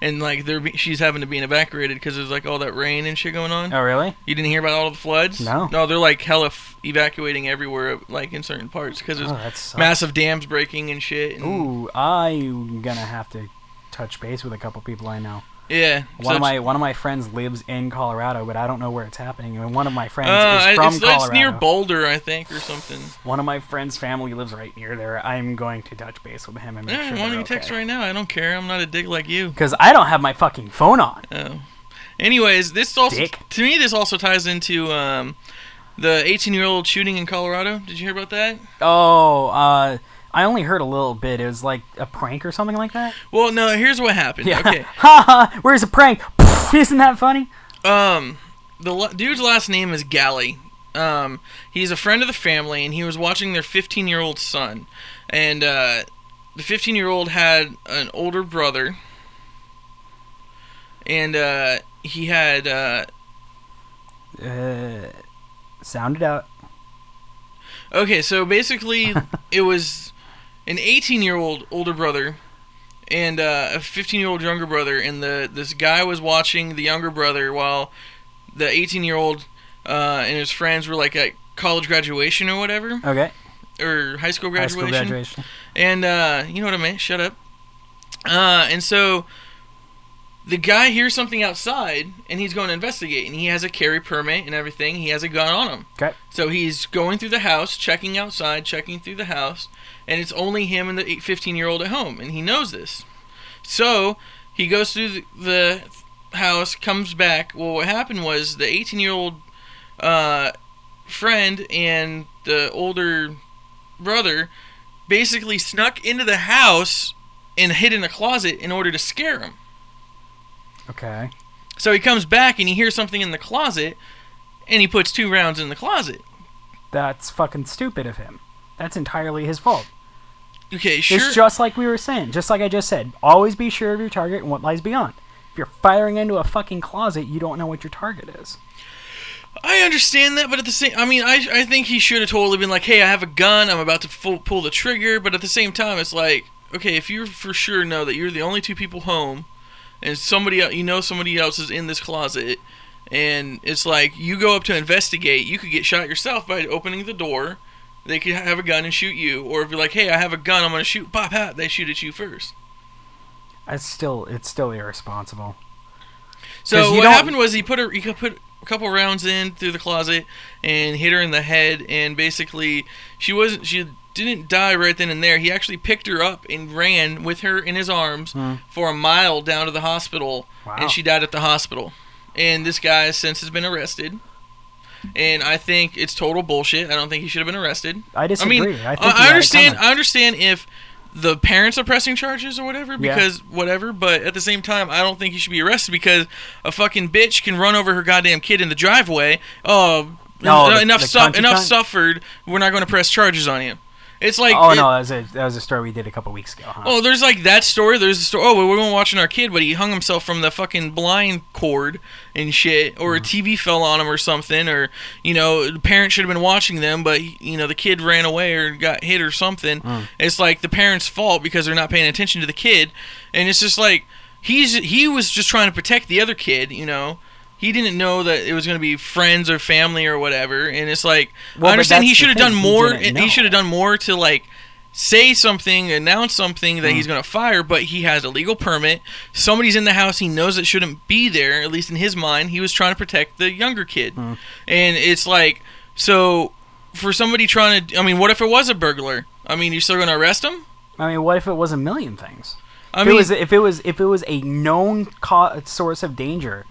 and like they're be- she's having to be evacuated because there's like all that rain and shit going on. Oh, really? You didn't hear about all the floods? No. No, they're like hella f- evacuating everywhere, like in certain parts, because there's Oh, that sucks. massive dams breaking and shit. And, Ooh, I'm gonna have to touch base with a couple people I know. Yeah. One of so my one of my friends lives in Colorado, but I don't know where it's happening. And one of my friends it's- uh, is from it's, Colorado. it's near Boulder, I think, or something. one of my friends' family lives right near there. I'm going to touch base with him and make Yeah, sure. why don't they're you text okay. right now? I don't care. I'm not a dick like you. Because I don't have my fucking phone on. Oh. Anyways, this also Dick. to me this also ties into um, the 18 year old shooting in Colorado. Did you hear about that? Oh, uh, I only heard a little bit. It was like a prank or something like that. <laughs> Well, no. Here's what happened. Yeah. Okay. <laughs> Ha ha. Where's the prank? <laughs> Isn't that funny? Um, the la- dude's last name is Galley. Um, he's a friend of the family, and he was watching their 15 year old son. And uh, the 15 year old had an older brother, and uh, he had uh, Uh, sound it out. Okay, <laughs> so basically, it was an 18 year old older brother and uh, a 15 year old younger brother, and the this guy was watching the younger brother while the 18 year old uh, and his friends were like at college graduation or whatever, Okay. or high school High graduation. school graduation. And uh, you know what I meant? Shut up. Uh, and so the guy hears something outside, and he's going to investigate, and he has a carry permit and everything. He has a gun on him. Okay. So he's going through the house, checking outside, checking through the house, and it's only him and the 15 year old at home, and he knows this. So he goes through the, the house, comes back. Well, what happened was the 18 year old uh, friend and the older brother basically snuck into the house and hid in a closet in order to scare him. Okay. So he comes back and he hears something in the closet, and he puts two rounds in the closet. That's fucking stupid of him. That's entirely his fault. Okay, sure. It's just like we were saying, just like I just said. Always be sure of your target and what lies beyond. If you're firing into a fucking closet, you don't know what your target is. I understand that, but at the same, I mean, I, I think he should have totally been like, "Hey, I have a gun. I'm about to full, pull the trigger." But at the same time, it's like, okay, if you for sure know that you're the only two people home, and somebody el- you know somebody else is in this closet, and it's like you go up to investigate, you could get shot yourself by opening the door. They could have a gun and shoot you, or if you're like, "Hey, I have a gun. I'm gonna shoot," pop, pop, they shoot at you first. It's still it's still irresponsible. So 'Cause you what don't- happened was he put her, he put a couple rounds in through the closet and hit her in the head, and basically she wasn't she didn't die right then and there. He actually picked her up and ran with her in his arms Hmm. for a mile down to the hospital, Wow. and she died at the hospital. And this guy since has been arrested. And I think it's total bullshit. I don't think he should have been arrested. I I disagree. mean, think I, you had I it understand. coming. I understand if the parents are pressing charges or whatever Yeah. because whatever. But at the same time, I don't think he should be arrested because a fucking bitch can run over her goddamn kid in the driveway. Oh, No, en- the- enough the suff- country enough cunt? suffered. We're not going to press charges on you. It's like oh it- no, that was a that was a story we did a couple weeks ago. Huh? Oh, there's like that story. There's a story. Oh, we weren't watching our kid, but he hung himself from the fucking blind cord and shit, or a TV fell on him or something, or you know, the parent should have been watching them, but you know, the kid ran away or got hit or something. It's like the parents' fault because they're not paying attention to the kid, and it's just like he's he was just trying to protect the other kid, you know. He didn't know that it was going to be friends or family or whatever, and it's like Well, but I understand that's he the should have thing, he done more. didn't He know. should have done more to like say something, announce something Hmm. that he's going to fire, but he has a legal permit. Somebody's in the house he knows that shouldn't be there, at least in his mind. He was trying to protect the younger kid. Hmm. And it's like, so for somebody trying to, I mean, what if it was a burglar? I mean, you're still going to arrest him? I mean, what if it was a million things? I if mean, it was if it was if it was a known co- source of danger,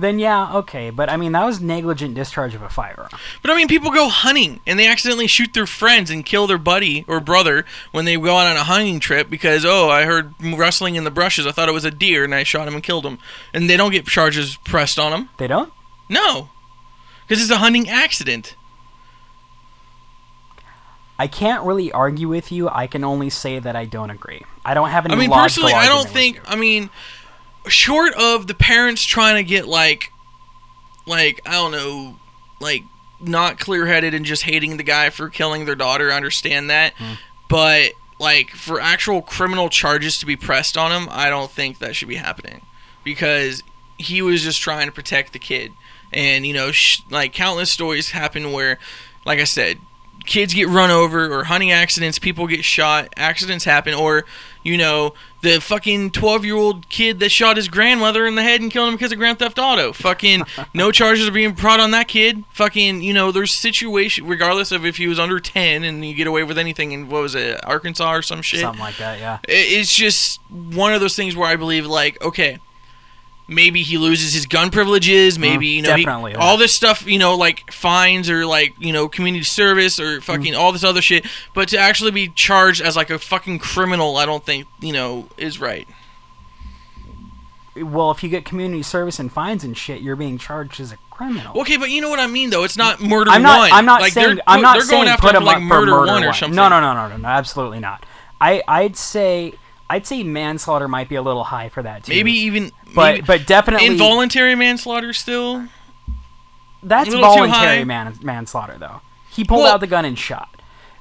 then yeah, okay. But I mean, that was negligent discharge of a firearm. but I mean, people go hunting and they accidentally shoot their friends and kill their buddy or brother when they go out on a hunting trip because, oh, I heard rustling in the brushes. I thought it was a deer and I shot him and killed him. And they don't get charges pressed on them. They don't. No, because it's a hunting accident. I can't really argue with you. I can only say that I don't agree. I don't have any. I mean, logical personally, I argument don't with think. you. I mean, short of the parents trying to get like, like I don't know, like not clear-headed and just hating the guy for killing their daughter. I understand that, but like for actual criminal charges to be pressed on him, I don't think that should be happening because he was just trying to protect the kid. And you know, sh- like countless stories happen where, like I said, kids get run over or hunting accidents, people get shot, accidents happen, or you know, the fucking twelve-year-old kid that shot his grandmother in the head and killed him because of Grand Theft Auto. Fucking no charges are being brought on that kid. Fucking you know, there's situation regardless of if he was under ten and you get away with anything in what was it, Arkansas or some shit. something like that. Yeah. I- it's just one of those things where I believe like okay maybe he loses his gun privileges maybe Mm, you know he- definitely, yeah. all this stuff you know like fines or like you know community service Mm-hmm. or fucking all this other shit but to actually be charged as like a fucking criminal I don't think you know is right Well, if you get community service and fines and shit, you're being charged as a criminal. okay but you know what I mean though it's not murder I'm not. one I'm not like saying. they're, I'm not they're saying going after put him him for, like up murder, for murder one or something No, no, no, no, no, no. Absolutely not. I, I'd say, I'd say manslaughter might be a little high for that too. maybe even but maybe but definitely involuntary manslaughter still that's a little too voluntary high. man, manslaughter though. He pulled Well- out the gun and shot.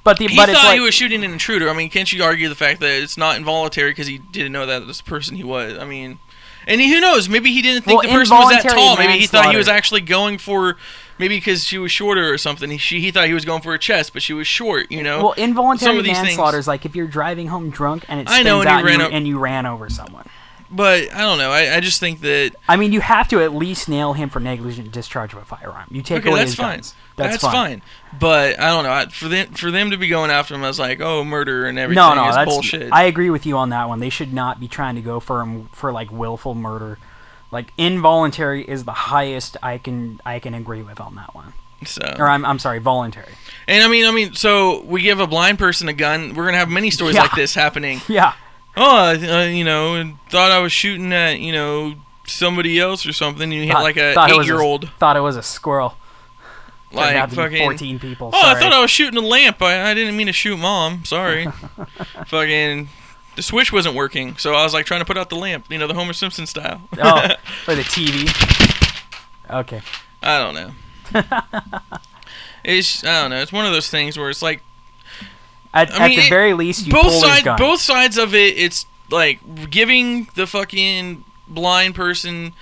But the He but thought it's like he was shooting an intruder. I mean, can't you argue the fact that it's not involuntary because he didn't know that this person he was? I mean, and he- who knows? Maybe he didn't think Well, the person was that involuntary tall. Maybe he thought he was manslaughter. actually going for maybe because she was shorter or something. He she, he thought he was going for a chest, but she was short. You know. well involuntary some of these manslaughter things- is like if you're driving home drunk and it I spins know, and you out and ran you, o- and you ran over someone. but I don't know. I, I just think that I mean, you have to at least nail him for negligent discharge of a firearm. You take okay, away that's his fine. guns. That's, fine. But I don't know. I, for them for them to be going after him, I was like, oh, murder and everything No, no, is that's bullshit. I agree with you on that one. They should not be trying to go for 'em for like willful murder. Like involuntary is the highest I can I can agree with on that one. so. Or I'm I'm sorry, voluntary. <laughs> And I mean, I mean, so we give a blind person a gun. We're gonna have many stories Yeah. like this happening. Yeah. oh, I th- uh, you know, and thought I was shooting at, you know, somebody else or something. And you hit Thought- like a thought it eight was a- year old. Thought it was a squirrel. Turned Like out to be fucking. 14 people. Oh, I Sorry. thought I was shooting a lamp. I, I didn't mean to shoot <laughs> mom. Sorry. fucking. The switch wasn't working, so I was like trying to put out the lamp. You know, the Homer Simpson style. oh, or the TV. Okay. <laughs> I don't <laughs> know. it's I don't know. It's one of those things where it's like At, <laughs> I mean, at the it- very least, you both pull his sides gun. both sides of it it's like giving the fucking blind person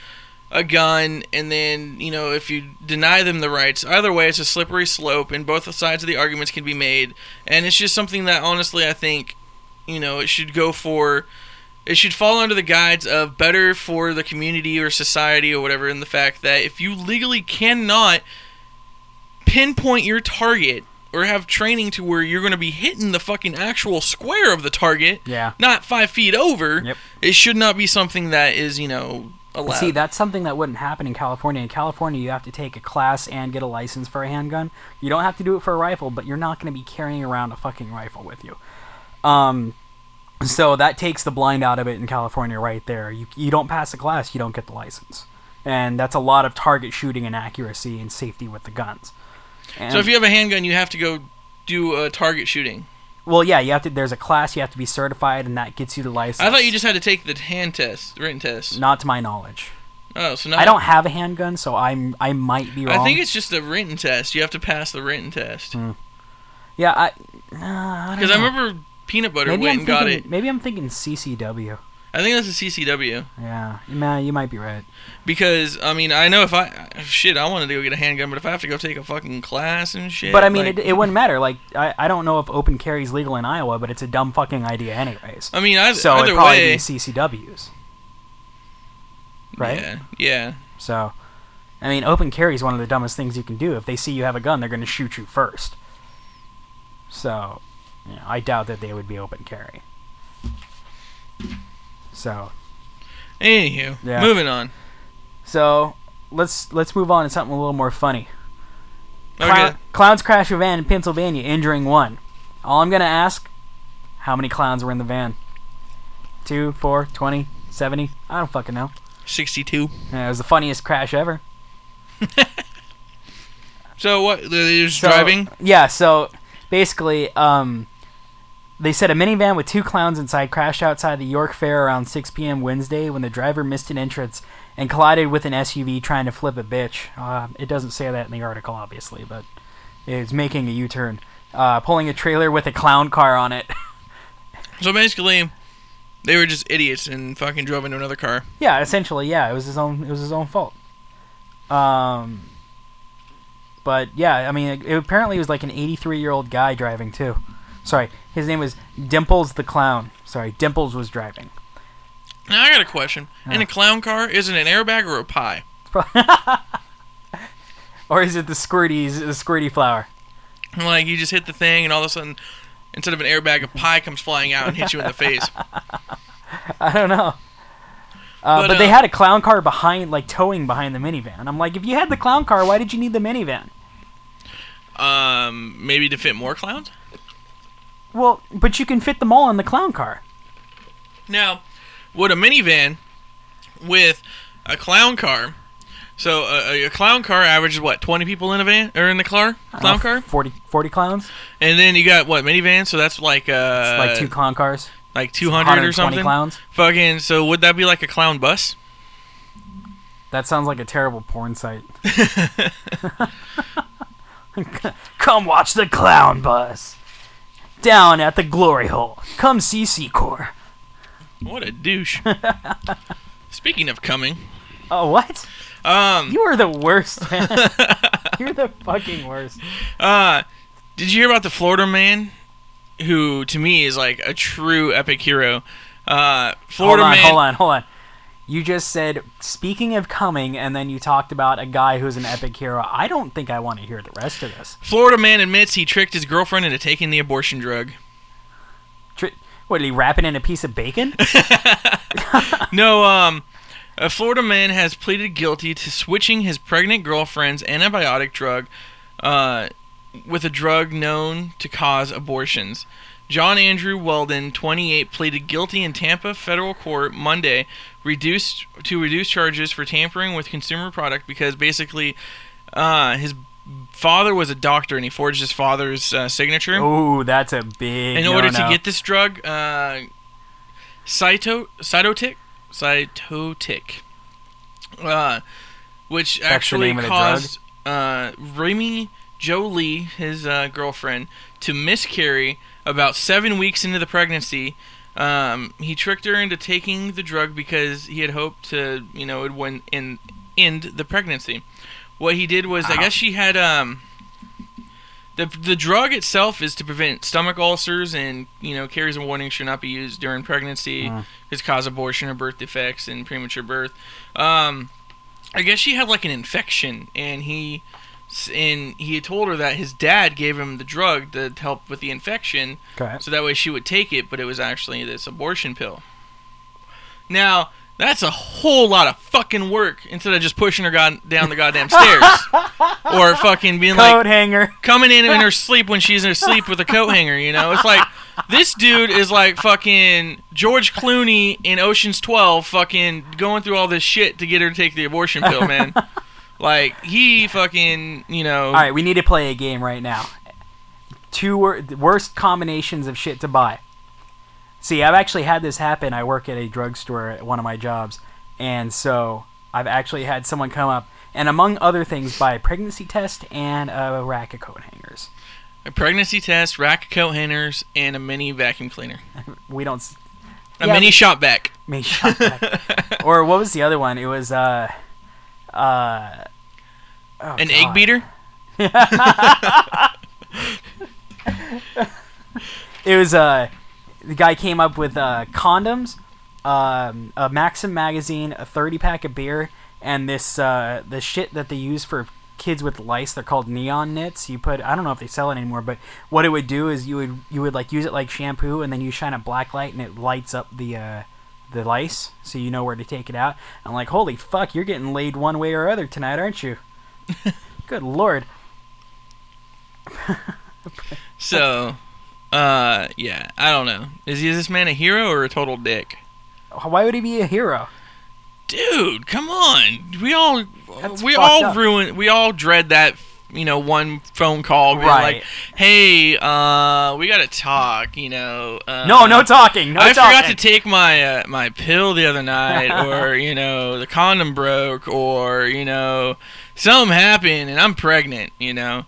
a gun and then you know if you deny them the rights either way it's a slippery slope and both sides of the arguments can be made and it's just something that honestly i think you know it should go for it should fall under the guides of better for the community or society or whatever in the fact that if you legally cannot pinpoint your target or have training to where you're going to be hitting the fucking actual square of the target, Yeah. not five feet over, Yep. it should not be something that is, you know, allowed. See, that's something that wouldn't happen in California. In California, you have to take a class and get a license for a handgun. You don't have to do it for a rifle, but you're not going to be carrying around a fucking rifle with you. Um, so that takes the blind out of it in California right there. You, you don't pass the class, you don't get the license. And that's a lot of target shooting and accuracy and safety with the guns. And, so if you have a handgun, you have to go do a target shooting. well, yeah, you have to. There's a class you have to be certified, and that gets you the license. I thought you just had to take the hand test, written test. Not to my knowledge. Oh, so now I don't have a handgun, so I'm I might be wrong. I think it's just the written test. You have to pass the written test. Because yeah. I, uh, I don't I know. remember Peanut Butter maybe went I'm and thinking, got it. Maybe I'm thinking CCW. I think that's a CCW. Yeah, man, you might be right. Because I mean, I know if I shit, I wanted to go get a handgun, but if I have to go take a fucking class and shit. but I mean, like- it, it wouldn't matter. Like, I, I don't know if open carry's legal in Iowa, but it's a dumb fucking idea, anyways. I mean, Uh, either, so it'd either probably way, be CCWs, right? Yeah, yeah. So, I mean, open carry is one of the dumbest things you can do. If they see you have a gun, they're going to shoot you first. So, you know, I doubt that they would be open carry. So, Anywho, Yeah. moving on. so let's let's move on to something a little more funny. Okay, Clown, clowns crash a van in Pennsylvania, injuring one. All I'm going to ask, how many clowns were in the van? Two, four, 20, 70? I don't fucking know. sixty-two. Yeah, it was the funniest crash ever. So what? They're just So- driving. Yeah, so basically, um, they said a minivan with two clowns inside crashed outside the York Fair around 6 p.m. Wednesday when the driver missed an entrance and collided with an SUV trying to flip a bitch. Uh, it doesn't say that in the article, obviously, but it's making a U-turn, uh, pulling a trailer with a clown car on it. <laughs> So basically, they were just idiots and fucking drove into another car. yeah, essentially, yeah, it was his own. It was his own fault. Um, but yeah, I mean, it, it apparently was like an 83 year old guy driving too. Sorry, his name was Dimples the Clown. Sorry, Dimples was driving. Now I got a question. In a clown car, is it an airbag or a pie? Or is it the squirties, the squirty flower? <laughs> Like you just hit the thing, and all of a sudden, instead of an airbag, a pie comes flying out and hits you in the face. I don't know. Uh, But, but, they uh, had a clown car behind, like towing behind the minivan. I'm like, if you had the clown car, why did you need the minivan? Um, maybe to fit more clowns. Well, but you can fit them all in the clown car. Now, would a minivan with a clown car? So a, a- a clown car averages what twenty people in a van or in the car clown Uh, car, 40, 40 clowns? and then you got what minivan? So that's like uh It's like two clown cars. like two hundred or 120 something. clowns. Fucking so would that be like a clown bus? That sounds like a terrible porn <laughs> site. <laughs> Come watch the clown bus. Down at the glory hole. Come see Secor. What <laughs> a douche. Speaking of coming, Oh, what? um, You are the worst, <laughs> man. You're the fucking worst. uh, did you hear about the Florida man, who to me is like a true epic hero? Uh, Hold Florida on, man. hold on, hold on. You just said, speaking of coming, and then you talked about a guy who's an epic hero. I don't think I want to hear the rest of this. Florida man admits he tricked his girlfriend into taking the abortion drug. Tr- What, did he wrap it in a piece of <laughs> bacon? No, um, a Florida man has pleaded guilty to switching his pregnant girlfriend's antibiotic drug uh, with a drug known to cause abortions. John Andrew Weldon, 28, pleaded guilty in Tampa federal court Monday, reduced to reduce charges for tampering with consumer product because basically uh, his father was a doctor, and he forged his father's uh, signature Ooh, that's a big. in order to no-no. get this drug. Uh, cyto cytotic, cytotic, uh, which the actually name of the drug? caused uh, Remy Jolie, his uh, girlfriend, to miscarry about seven weeks into the pregnancy. Um, he tricked her into taking the drug because he had hoped to, you know, it would end, end the pregnancy. What he did was, I Wow. guess she had um, the the drug itself is to prevent stomach ulcers and you know carries a warning should not be used during pregnancy Mm. because cause abortion or birth defects and premature birth. Um, I guess she had like an infection and he s- and he had told her that his dad gave him the drug to help with the infection Okay. so that way she would take it, but it was actually this abortion pill. Now, that's a whole lot of fucking work instead of just pushing her god- down the goddamn stairs. or fucking being like, Coat hanger. coming <laughs> in in her sleep when she's in her sleep with a coat hanger. You know, it's like this dude is like fucking George Clooney in Ocean's Twelve, fucking going through all this shit to get her to take the abortion pill, man. <laughs> like he fucking, you know, All right, we need to play a game right now. Two wor- worst combinations of shit to buy. See, I've actually had this happen. I work at a drugstore at one of my jobs, and so I've actually had someone come up and, among other things, buy a pregnancy test and a rack of coat hangers. a pregnancy test, rack of coat hangers, and a mini vacuum cleaner, We don't s- <laughs> a Yeah. mini shop vac. make shot back. or what was the other one? It was uh, uh, oh, An God. egg beater? It was uh, the guy came up with uh, condoms, um, a Maxim magazine, a thirty pack of beer, and this uh, the shit that they use for kids with lice. They're called neon knits. You put I don't know if they sell it anymore, but what it would do is you would you would like use it like shampoo, and then you shine a black light, and it lights up the. Uh, the lice, so you know where to take it out. I'm like, holy fuck, you're getting laid one way or other tonight, aren't you? Good lord. So, uh, yeah, I don't know. Is, is this man a hero or a total dick? Why would he be a hero? dude, come on. We all That's we fucked all up. ruin we all dread that you know one phone call being Right. like, "Hey, uh, we got to talk," you know. Uh, No, no talking. No I talking. forgot to take my uh, my pill the <laughs> other night, or you know, the condom broke, or you know, something happened and I'm pregnant. You know,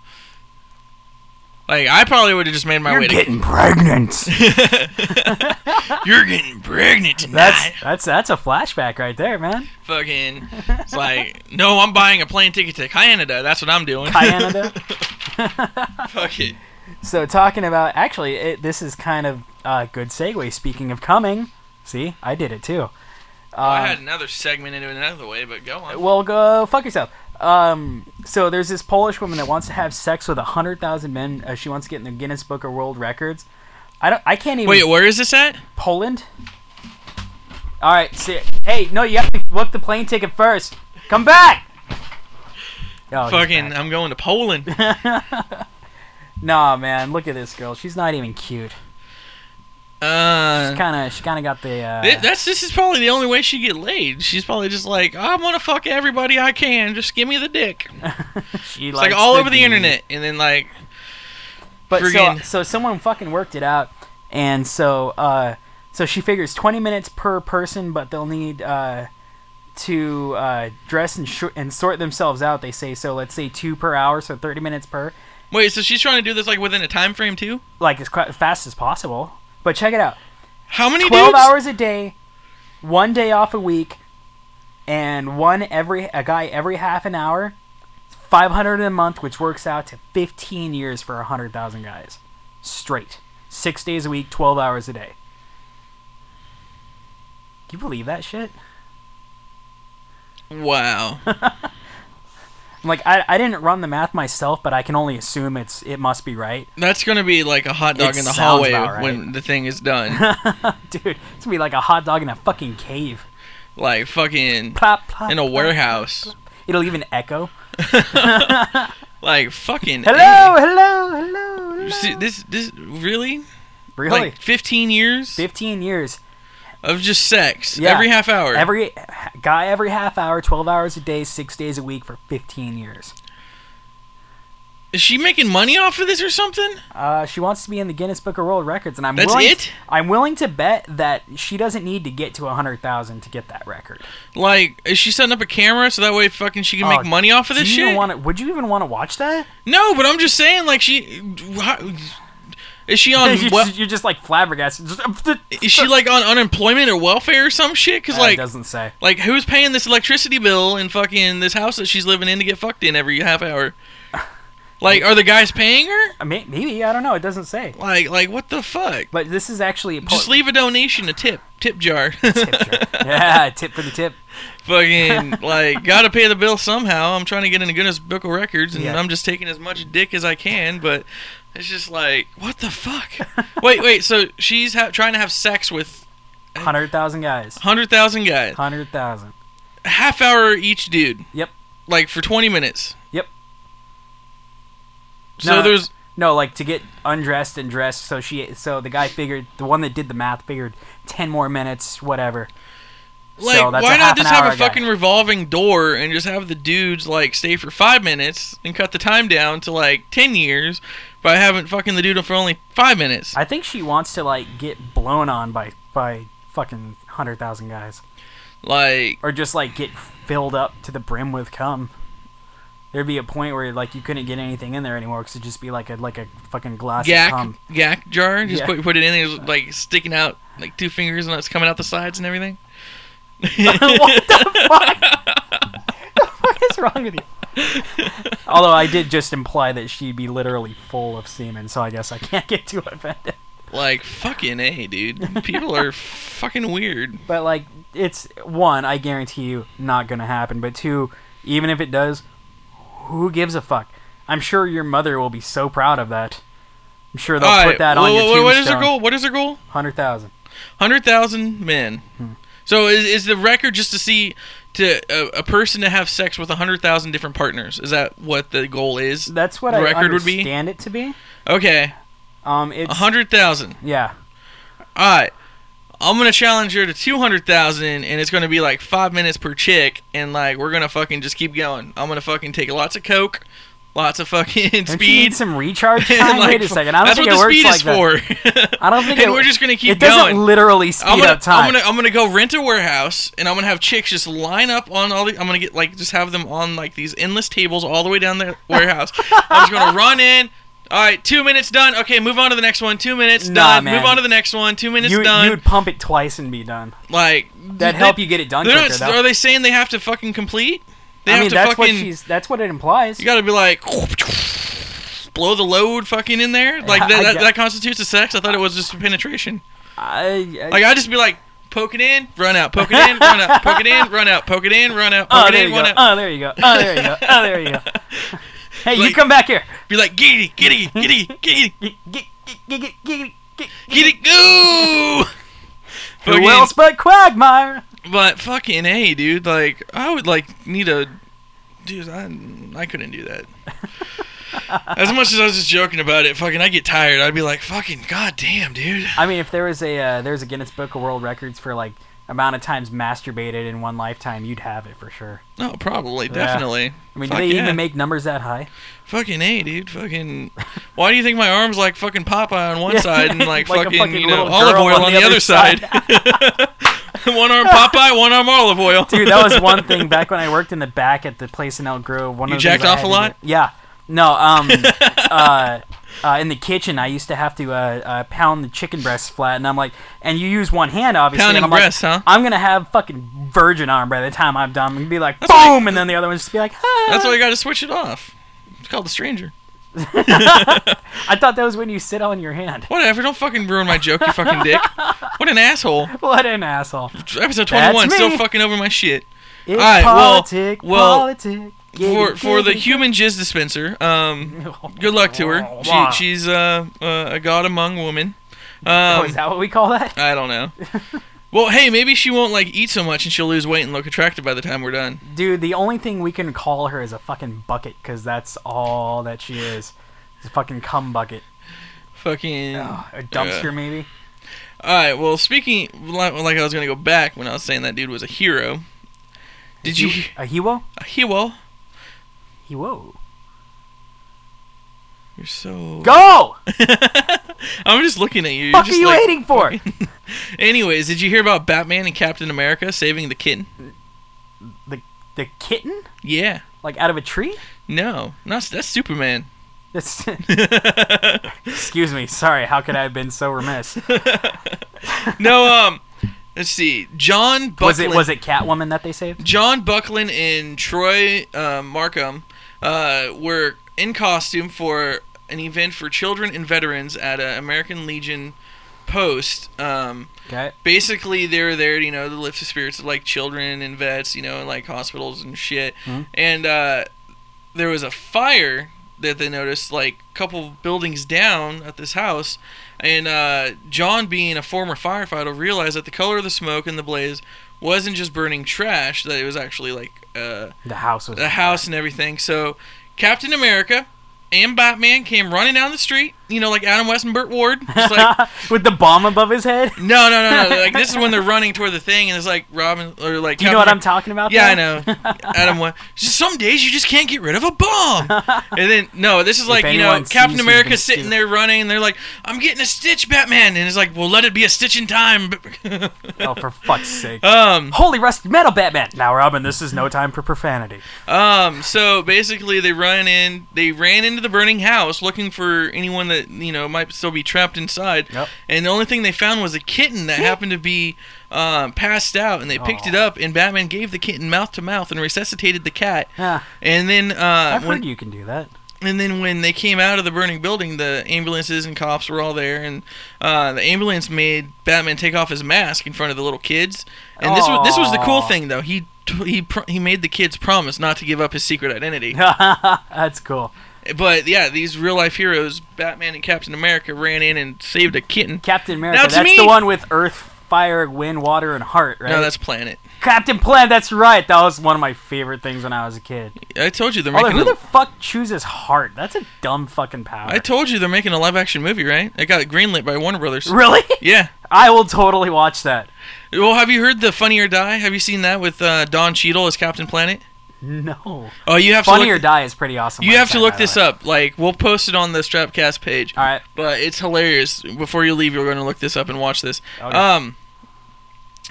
like I probably would have just made my way. <laughs> pregnant. to- You're getting pregnant tonight. That's that's that's a flashback right there, man. fucking <laughs> it's like no i'm buying a plane ticket to canada that's what i'm doing Canada. <laughs> <laughs> fuck it so talking about actually, it, this is kind of a good segue. Speaking of coming, see, I did it too. Oh, i Uh, had another segment into another way but go on well, go fuck yourself. Um, so there's this Polish woman that wants to have sex with hundred thousand men. Uh, she wants to get in the Guinness Book of World Records. I don't. I can't even. wait where is this at Poland. All right. See, hey, no, you have to book the plane ticket first. Come back. Oh, he's fucking back. i'm going <laughs> to poland Uh, Nah, man. Look at this girl. She's not even cute. uh Kind of. She kind of got the. Uh, thi- that's this is probably the only way she get laid. She's probably just like, I want to fuck everybody I can. Just give me <laughs> the dick. It's she like likes all over the bee. internet, and then like, But so, friggin- so someone fucking worked it out, and so uh, so she figures twenty minutes per person, but they'll need uh, to uh, dress and sh- and sort themselves out. They say so. Let's say two per hour, so thirty minutes per. wait, so she's trying to do this like within a time frame too? like as qu- fast as possible. But check it out: How many twelve dudes? hours a day, one day off a week, and one every a guy every half an hour. Five hundred a month, which works out to fifteen years for hundred thousand guys, straight. Six days a week, twelve hours a day. You believe that shit? Wow. I'm like, I, I didn't run the math myself, but I can only assume it's it must be right, <laughs> That's gonna be like a hot dog It in the sounds hallway about right. when the thing is done. dude. It's gonna be like a hot dog in a fucking cave. like fucking Plop, plop, in a plop. warehouse. It'll even echo. Like fucking. Hello, hello, hello, hello. A. See, this this really really? like 15 years 15 years. of just sex Yeah. every half hour. Every guy every half hour, 12 hours a day, 6 days a week for 15 years. Is she making money off of this or something? Uh, she wants to be in the Guinness Book of World Records, and I'm That's willing. it? I'm willing to bet that she doesn't need to get to hundred thousand to get that record. Like, is she setting up a camera so that way fucking she can make Oh, money off of this Do you shit? even want to? Would you even want to watch that? no, but I'm just saying, like, she. how- Is <laughs> she on. you, wel- are just like flabbergasted. Just, uh, is she, like, on unemployment or welfare or some shit? Because, Uh, it like. doesn't say. Like who's paying this electricity bill in fucking this house that she's living in to get fucked in every <laughs> half hour? Like, are the guys paying her? I mean, maybe I don't know. It doesn't say. Like, like what the fuck? But this is actually a po- Just leave a donation, a tip, tip jar. tip jar. <laughs> yeah, tip for the tip. <laughs> fucking like, gotta pay the bill somehow. I'm trying to get in the Guinness Book of Records, and Yeah. I'm just taking as much dick as I can. But it's just like, what the fuck? wait, wait. So she's ha- trying to have sex with Hundred thousand guys. hundred thousand guys, Hundred thousand. half hour each dude. Yep. Like for 20 minutes. Yep. So No. there's No, like to get undressed and dressed. So she, so the guy figured, the one that did the math figured ten more minutes, whatever. Like, So that's why a not half an just have hour a I got. fucking revolving door and just have the dudes like stay for five minutes and cut the time down to like ten years by having fucking the dude for only five minutes? I think she wants to like get blown on by by fucking hundred thousand guys, Like, or just like get filled up to the brim with cum. There'd be a point where like you couldn't get anything in there anymore because it'd just be like a like a fucking glass yak of <laughs> cum. <laughs> yak jar, just Yeah. put put it in <laughs> there, like sticking out like two fingers and it's coming out the sides and everything. what the fuck? what is wrong with you? Although I did just imply that she'd be literally full of semen, so I guess I can't get too offended. Like, fucking <laughs> a, dude. People are fucking weird. But like, it's one, I guarantee you, not gonna happen. But two, even if it does, who gives a fuck? I'm sure your mother will be so proud of that. I'm sure they'll All put that on wha- your wha- tombstone. what is their goal? What is their goal? Hundred thousand. Hundred thousand men. Hmm. So is, is the record just to see to a, a person to have sex with hundred thousand different partners? Is that what the goal is? That's what The I record would be? understand it to be. okay, Um, it's hundred thousand. yeah. All right, I'm gonna challenge her to two hundred thousand, and it's gonna be like five minutes per chick, and like we're gonna fucking just keep going. I'm gonna fucking take lots of coke, lots of fucking Don't you need speed. some recharge <laughs> and, time? like, Wait a second. I don't that's think what it the works speed like is that. for. <laughs> I don't think And it, we're just gonna keep it doesn't going. literally speed I'm gonna, up time. I'm gonna I'm gonna go rent a warehouse and I'm gonna have chicks just line up on all the I'm gonna get like just have them on like these endless tables all the way <laughs> down the warehouse. I'm just gonna run in. All right, two minutes done. Okay, move on to the next one. Two minutes Nah, done. man. Move on to the next one. Two minutes you, done. you'd pump it twice and be done. like That'd they- help you get it done they're quicker. not- though. are they saying they have to fucking complete? They I have mean, to that's fucking. what she's. That's what it implies. you gotta be like. Blow the load fucking in there. <laughs> Like I that, that, gue- that constitutes a sex. I thought it was just penetration. I, I, Like I'd just be like, poke it in, run out, poke it in, run out, poke it in, run out, poke it in, run out, poke oh, it there in, you go. run out. Oh, there you go. Oh, there you go. Oh, there <laughs> you go. Hey, you Like- come back here. Be like, giddy, giddy, giddy, giddy, Get, get, get, get, get, get, get, get. giddy, go. Who Fucking- else but Quagmire? But fucking a, dude. Like I would like need a, dude. I I couldn't do that. As much as I was just joking about it, fucking, I get tired. I'd be like, fucking, goddamn, dude. I mean, if there was a uh, there's a Guinness Book of World Records for like amount of times masturbated in one lifetime, you'd have it for sure. No, probably, definitely. I mean, Fuck do they yeah. even make numbers that high? Fucking a, dude. Fucking. Why do you think my arms like fucking Popeye on one Yeah, side and like, <laughs> like a fucking, fucking you know little olive girl oil on, the, other side? <laughs> one arm Popeye, one arm olive oil. Dude, that was one thing back when I worked in the back at the place in Elk Grove. One You of the things jacked I off had a to lot? do- Yeah. No. <laughs> Um. uh, uh. In the kitchen, I used to have to uh, uh pound the chicken breasts flat, and I'm like, and you use one hand, obviously. Pounding and I'm like, breasts, huh? I'm gonna have fucking virgin arm by the time I'm done. I'm gonna be like, why- boom, and then the other one just be like, ah. <laughs> That's why you got to switch it off. It's called the stranger. I thought that was when you sit on your hand. <laughs> Whatever. Don't fucking ruin my joke, you fucking dick. What an asshole. What an asshole! Episode 21, That's still me. fucking over my shit. It's right, well- politic, well, politic. Get For it, for get the it. human jizz dispenser, um, good luck <laughs> to her. Wow. She, she's uh, uh, a god among women. Oh, Um, is that what we call that? I don't know. well, hey, maybe she won't like eat so much and she'll lose weight and look attractive by the time we're done. Dude, the only thing we can call her is a fucking bucket, because that's all that she is. It's a fucking cum bucket. Fucking. Ugh, a dumpster, Yeah. maybe? All right. Well, speaking like, like I was gonna go back when I was saying that dude was a hero. Did you A Hiwo? a hero? Hiwo. You're so. Go! I'm just looking at you. You're Fuck are just you like- waiting for? <laughs> Anyways, did you hear about Batman and Captain America saving the kitten? the the kitten? Yeah. Like out of a tree? No, not that's Superman. <laughs> That's <laughs> excuse me. Sorry. How could I have been so remiss? no, um, let's see. John Bucklin. Was it was it Catwoman that they saved? John Bucklin and Troy uh, Markham uh, were in costume for an event for children and veterans at a American Legion post. Um, Okay. basically they were there, you know, to lift the spirits of like children and vets, you know, and like hospitals and shit. Mhm. And uh, there was a fire that they noticed like a couple buildings down at this house. And uh, John, being a former firefighter, realized that the color of the smoke and the blaze wasn't just burning trash; that it was actually like uh, The house <laughs> was the house and everything. So Captain America. And Batman came running down the street, you know, like Adam West and Burt Ward, just like with the bomb above his head. <laughs> no, no, no, no. Like this is when they're running toward the thing, and it's like Robin or like. Do you know what I'm talking about? Yeah, I though? know. Adam, West. some days you just can't get rid of a bomb. And then no, this is like you know anyone sees Captain you, America then sitting shoot. there running. And they're like, "I'm getting a stitch, Batman," and it's like, "Well, let it be a stitch in time." <laughs> Oh, for fuck's sake. um, Holy rusty metal, Batman! Now, Robin, this is no time for profanity. um. So basically, they run in. They ran into the burning house looking for anyone that you know might still be trapped inside. Yep. And the only thing they found was a kitten Hmm. that happened to be um, passed out, and they picked it up. And Batman gave the kitten mouth to mouth and resuscitated the cat. Yeah, And then, uh, I've when, heard you can do that. and then when they came out of the burning building, the ambulances and cops were all there, and uh, the ambulance made Batman take off his mask in front of the little kids. And this was this was the cool Aw. thing though. He t- he pr- he made the kids promise not to give up his secret <laughs> identity. That's cool. But yeah, these real life heroes, Batman and Captain America, ran in and saved a kitten. Captain America. Now, to That's me- the one with Earth, Fire, Wind, Water, and Heart, right? No, that's Planet. Captain Planet. That's right. That was one of my favorite things when I was a kid. I told you they're Although, making. who a- the fuck chooses Heart? That's a dumb fucking power. I told you they're making a live action movie, right? It got greenlit by Warner <laughs> Brothers. really? <laughs> Yeah. I will totally watch that. Well, have you heard the Funny or Die? Have you seen that with uh, Don Cheadle as Captain Planet? No. Oh, you have Funny to or look. Die is pretty awesome. you have to look this up. up. Like we'll post it on the Strapcast page. All right. But it's hilarious. Before you leave, you're going to look this up and watch this. Okay. Um.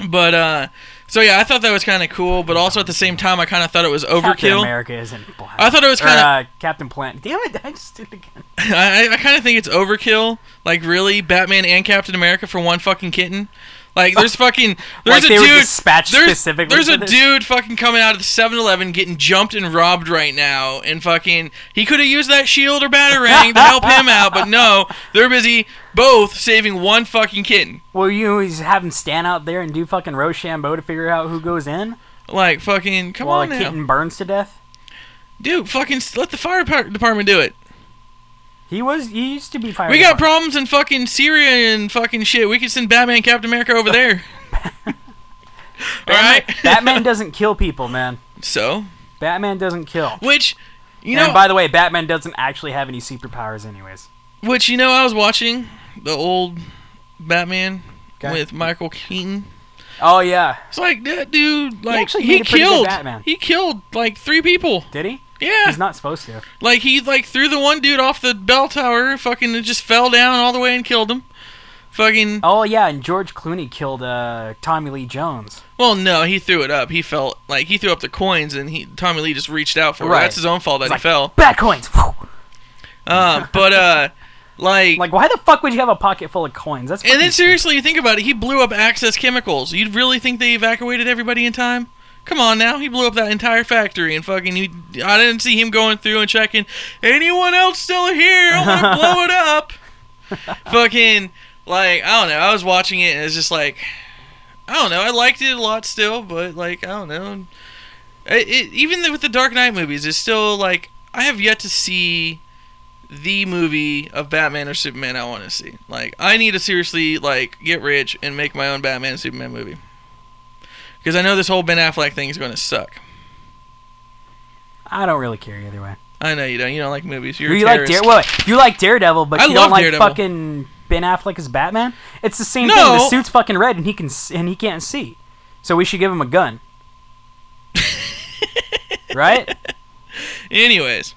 But uh, so yeah, I thought that was kind of cool. But also at the same time, I kind of thought it was Captain overkill. America isn't black. I thought it was Or, kinda- uh, Captain Planet. Damn it! <laughs> I just did it again. I, I- I kind of think it's overkill. Like, really, Batman and Captain America for one fucking kitten. Like, <laughs> there's fucking there's Like a they were dude dispatched there's, specifically There's for a this? dude fucking coming out of the 7-Eleven getting jumped and robbed right now, and fucking he could have used that shield or batarang to help him out, but no, they're busy both saving one fucking kitten. Well, you always have him stand out there and do fucking Rochambeau to figure out who goes in Like, fucking come while a on now, kitten burns to death. dude. Fucking s- let the fire par- department do it. He was. He used to be fire. We got department. problems in fucking Syria and fucking shit. We could send Batman, and Captain America <laughs> over there. All right. Batman, <laughs> Batman doesn't kill people, man. <laughs> So, Batman doesn't kill. which you and know, by the way, Batman doesn't actually have any superpowers, anyways. which you know, I was watching the old Batman Okay. with Michael Keaton. Oh yeah, It's like that dude, like he, actually made a pretty good killed, Batman. he killed like three people. did he? Yeah, He's not supposed to. like he like threw the one dude off the bell tower, fucking and just fell down all the way and killed him. Fucking Oh yeah, and George Clooney killed uh, Tommy Lee Jones. well, no, he threw it up. He fell like he threw up the coins, and he Tommy Lee just reached out for it. Right. That's his own fault that It's he like, fell. Bat coins. Whew. Uh, <laughs> but uh, like Like, why the fuck would you have a pocket full of coins? That's And fucking then seriously, you think about it, he blew up Access Chemicals. You'd really think they evacuated everybody in time? Come on now, he blew up that entire factory and fucking. He, I didn't see him going through and checking. Anyone else still here? I want <laughs> to blow it up. fucking like I don't know. I was watching it and it's just like I don't know. I liked it a lot still, but like I don't know. It, it, even with the Dark Knight movies, it's still like I have yet to see the movie of Batman or Superman I want to see. Like I need to seriously like get rich and make my own Batman and Superman movie. Because I know this whole Ben Affleck thing is going to suck. I don't really care either way. I know you don't. You don't like movies. You're you a like terrorist. Dare? What? You like Daredevil, but I you love don't like Daredevil. fucking Ben Affleck as Batman. It's the same No. thing. The suit's fucking red, and he can s- and he can't see. So we should give him a <laughs> gun, right? Anyways,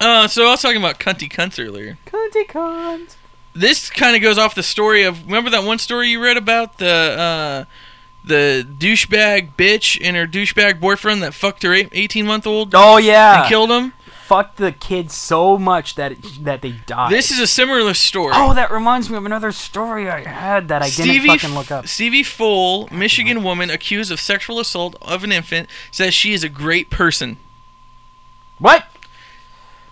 Uh, so I was talking about cunty cunts earlier. Cunty cunt. This kind of goes off the story of remember that one story you read about the uh, the douchebag bitch and her douchebag boyfriend that fucked her eighteen month old Oh yeah. and killed him. Fucked the kid so much that it, that they died. This is a similar story. Oh, that reminds me of another story I had that I didn't fucking look up. Stevie Fole, Michigan woman accused of sexual assault of an infant, says she is a great person. What?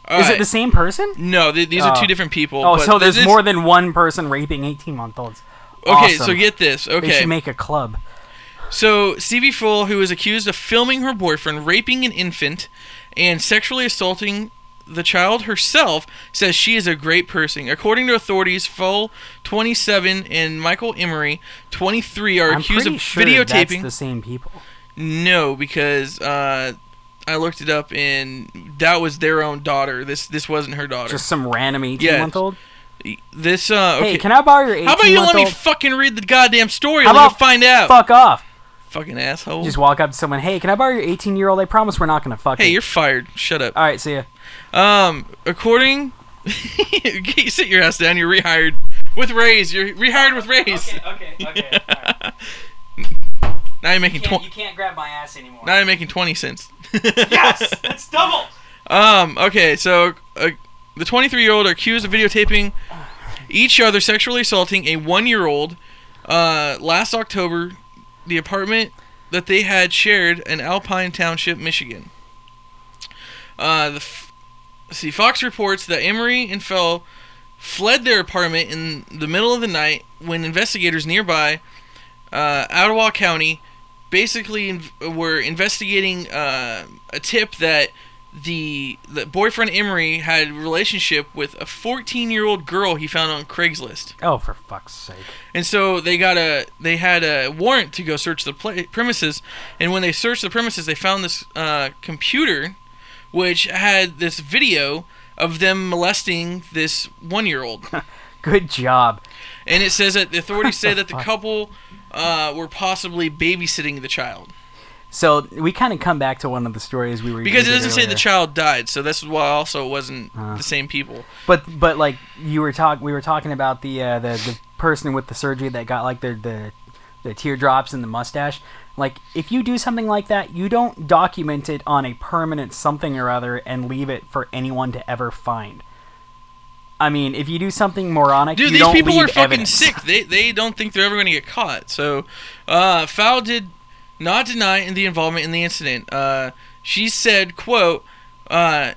All Is it right. the same person? No, th- these are Oh. two different people. Oh, but so there's this- more than one person raping 18 month olds. Okay, so get this. They Okay, should make a club. so Stevie Fole, who is accused of filming her boyfriend raping an infant and sexually assaulting the child herself, says she is a great person. According to authorities, Fole, 27, and Michael Emery, 23, are I'm accused pretty of sure videotaping. that's the same people. No, because uh, I looked it up, and that was their own daughter. This this wasn't her daughter. Just some random 18 Yeah, month old. this uh, okay. Hey, can I borrow your 18 How about you month let me old? fucking read the goddamn story? How and let me about find out. Fuck off. Fucking asshole. Just walk up to someone. Hey, can I borrow your 18 year old? I promise we're not gonna fuck. hey, you. you're fired. Shut up. All right, see ya. Um, according, <laughs> you sit your ass down. You're rehired with raise. You're rehired <laughs> with raise. okay, okay. Now you're making twenty. can't grab my ass anymore. <laughs> Now you're making twenty cents. <laughs> that's double. Um, okay, so uh, the 23 year old are accused of videotaping each other sexually assaulting a one year old uh, last October, the apartment that they had shared in Alpine Township, Michigan. Uh, the f- see, Fox reports that Emery and Fell fled their apartment in the middle of the night when investigators nearby, uh, Ottawa County, basically inv- were investigating uh, a tip that the the boyfriend Emery had a relationship with a 14 year old girl he found on Craigslist, Oh, for fuck's sake. and so they got a they had a warrant to go search the pla premises, and when they searched the premises, they found this uh, computer, which had this video of them molesting this one year old. Good job. And it says that the authorities say that the couple uh, were possibly babysitting the child So we kind of come back to one of the stories we were because it we did doesn't say the earlier. child died, so that's why also it wasn't Ah. the same people. But but like you were talk, we were talking about the uh, the the person with the surgery that got like the the the teardrops and the mustache. Like if you do something like that, you don't document it on a permanent something or other and leave it for anyone to ever find. I mean, if you do something moronic, Dude, you these don't people leave are fucking evidence. sick. They they don't think they're ever going to get caught. So, uh, Fowl did not deny the involvement in the incident. Uh, she said, "quote uh,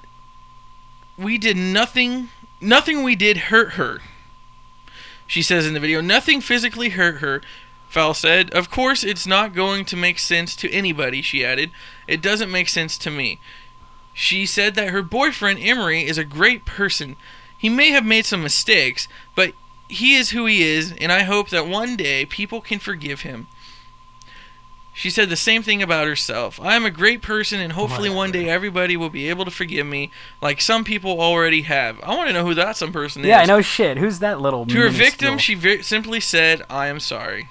We did nothing. Nothing we did hurt her." She says in the video, "Nothing physically hurt her." Fowl said, "Of course, it's not going to make sense to anybody." She added, "It doesn't make sense to me." She said that her boyfriend Emery is a great person. He may have made some mistakes, but he is who he is, and I hope that one day people can forgive him. She said the same thing about herself. I am a great person, and hopefully one day everybody will be able to forgive me, like some people already have. I want to know who that some person is. Yeah, I know shit. Who's that little? To her minuscule- victim, she vi- simply said, "I am sorry,"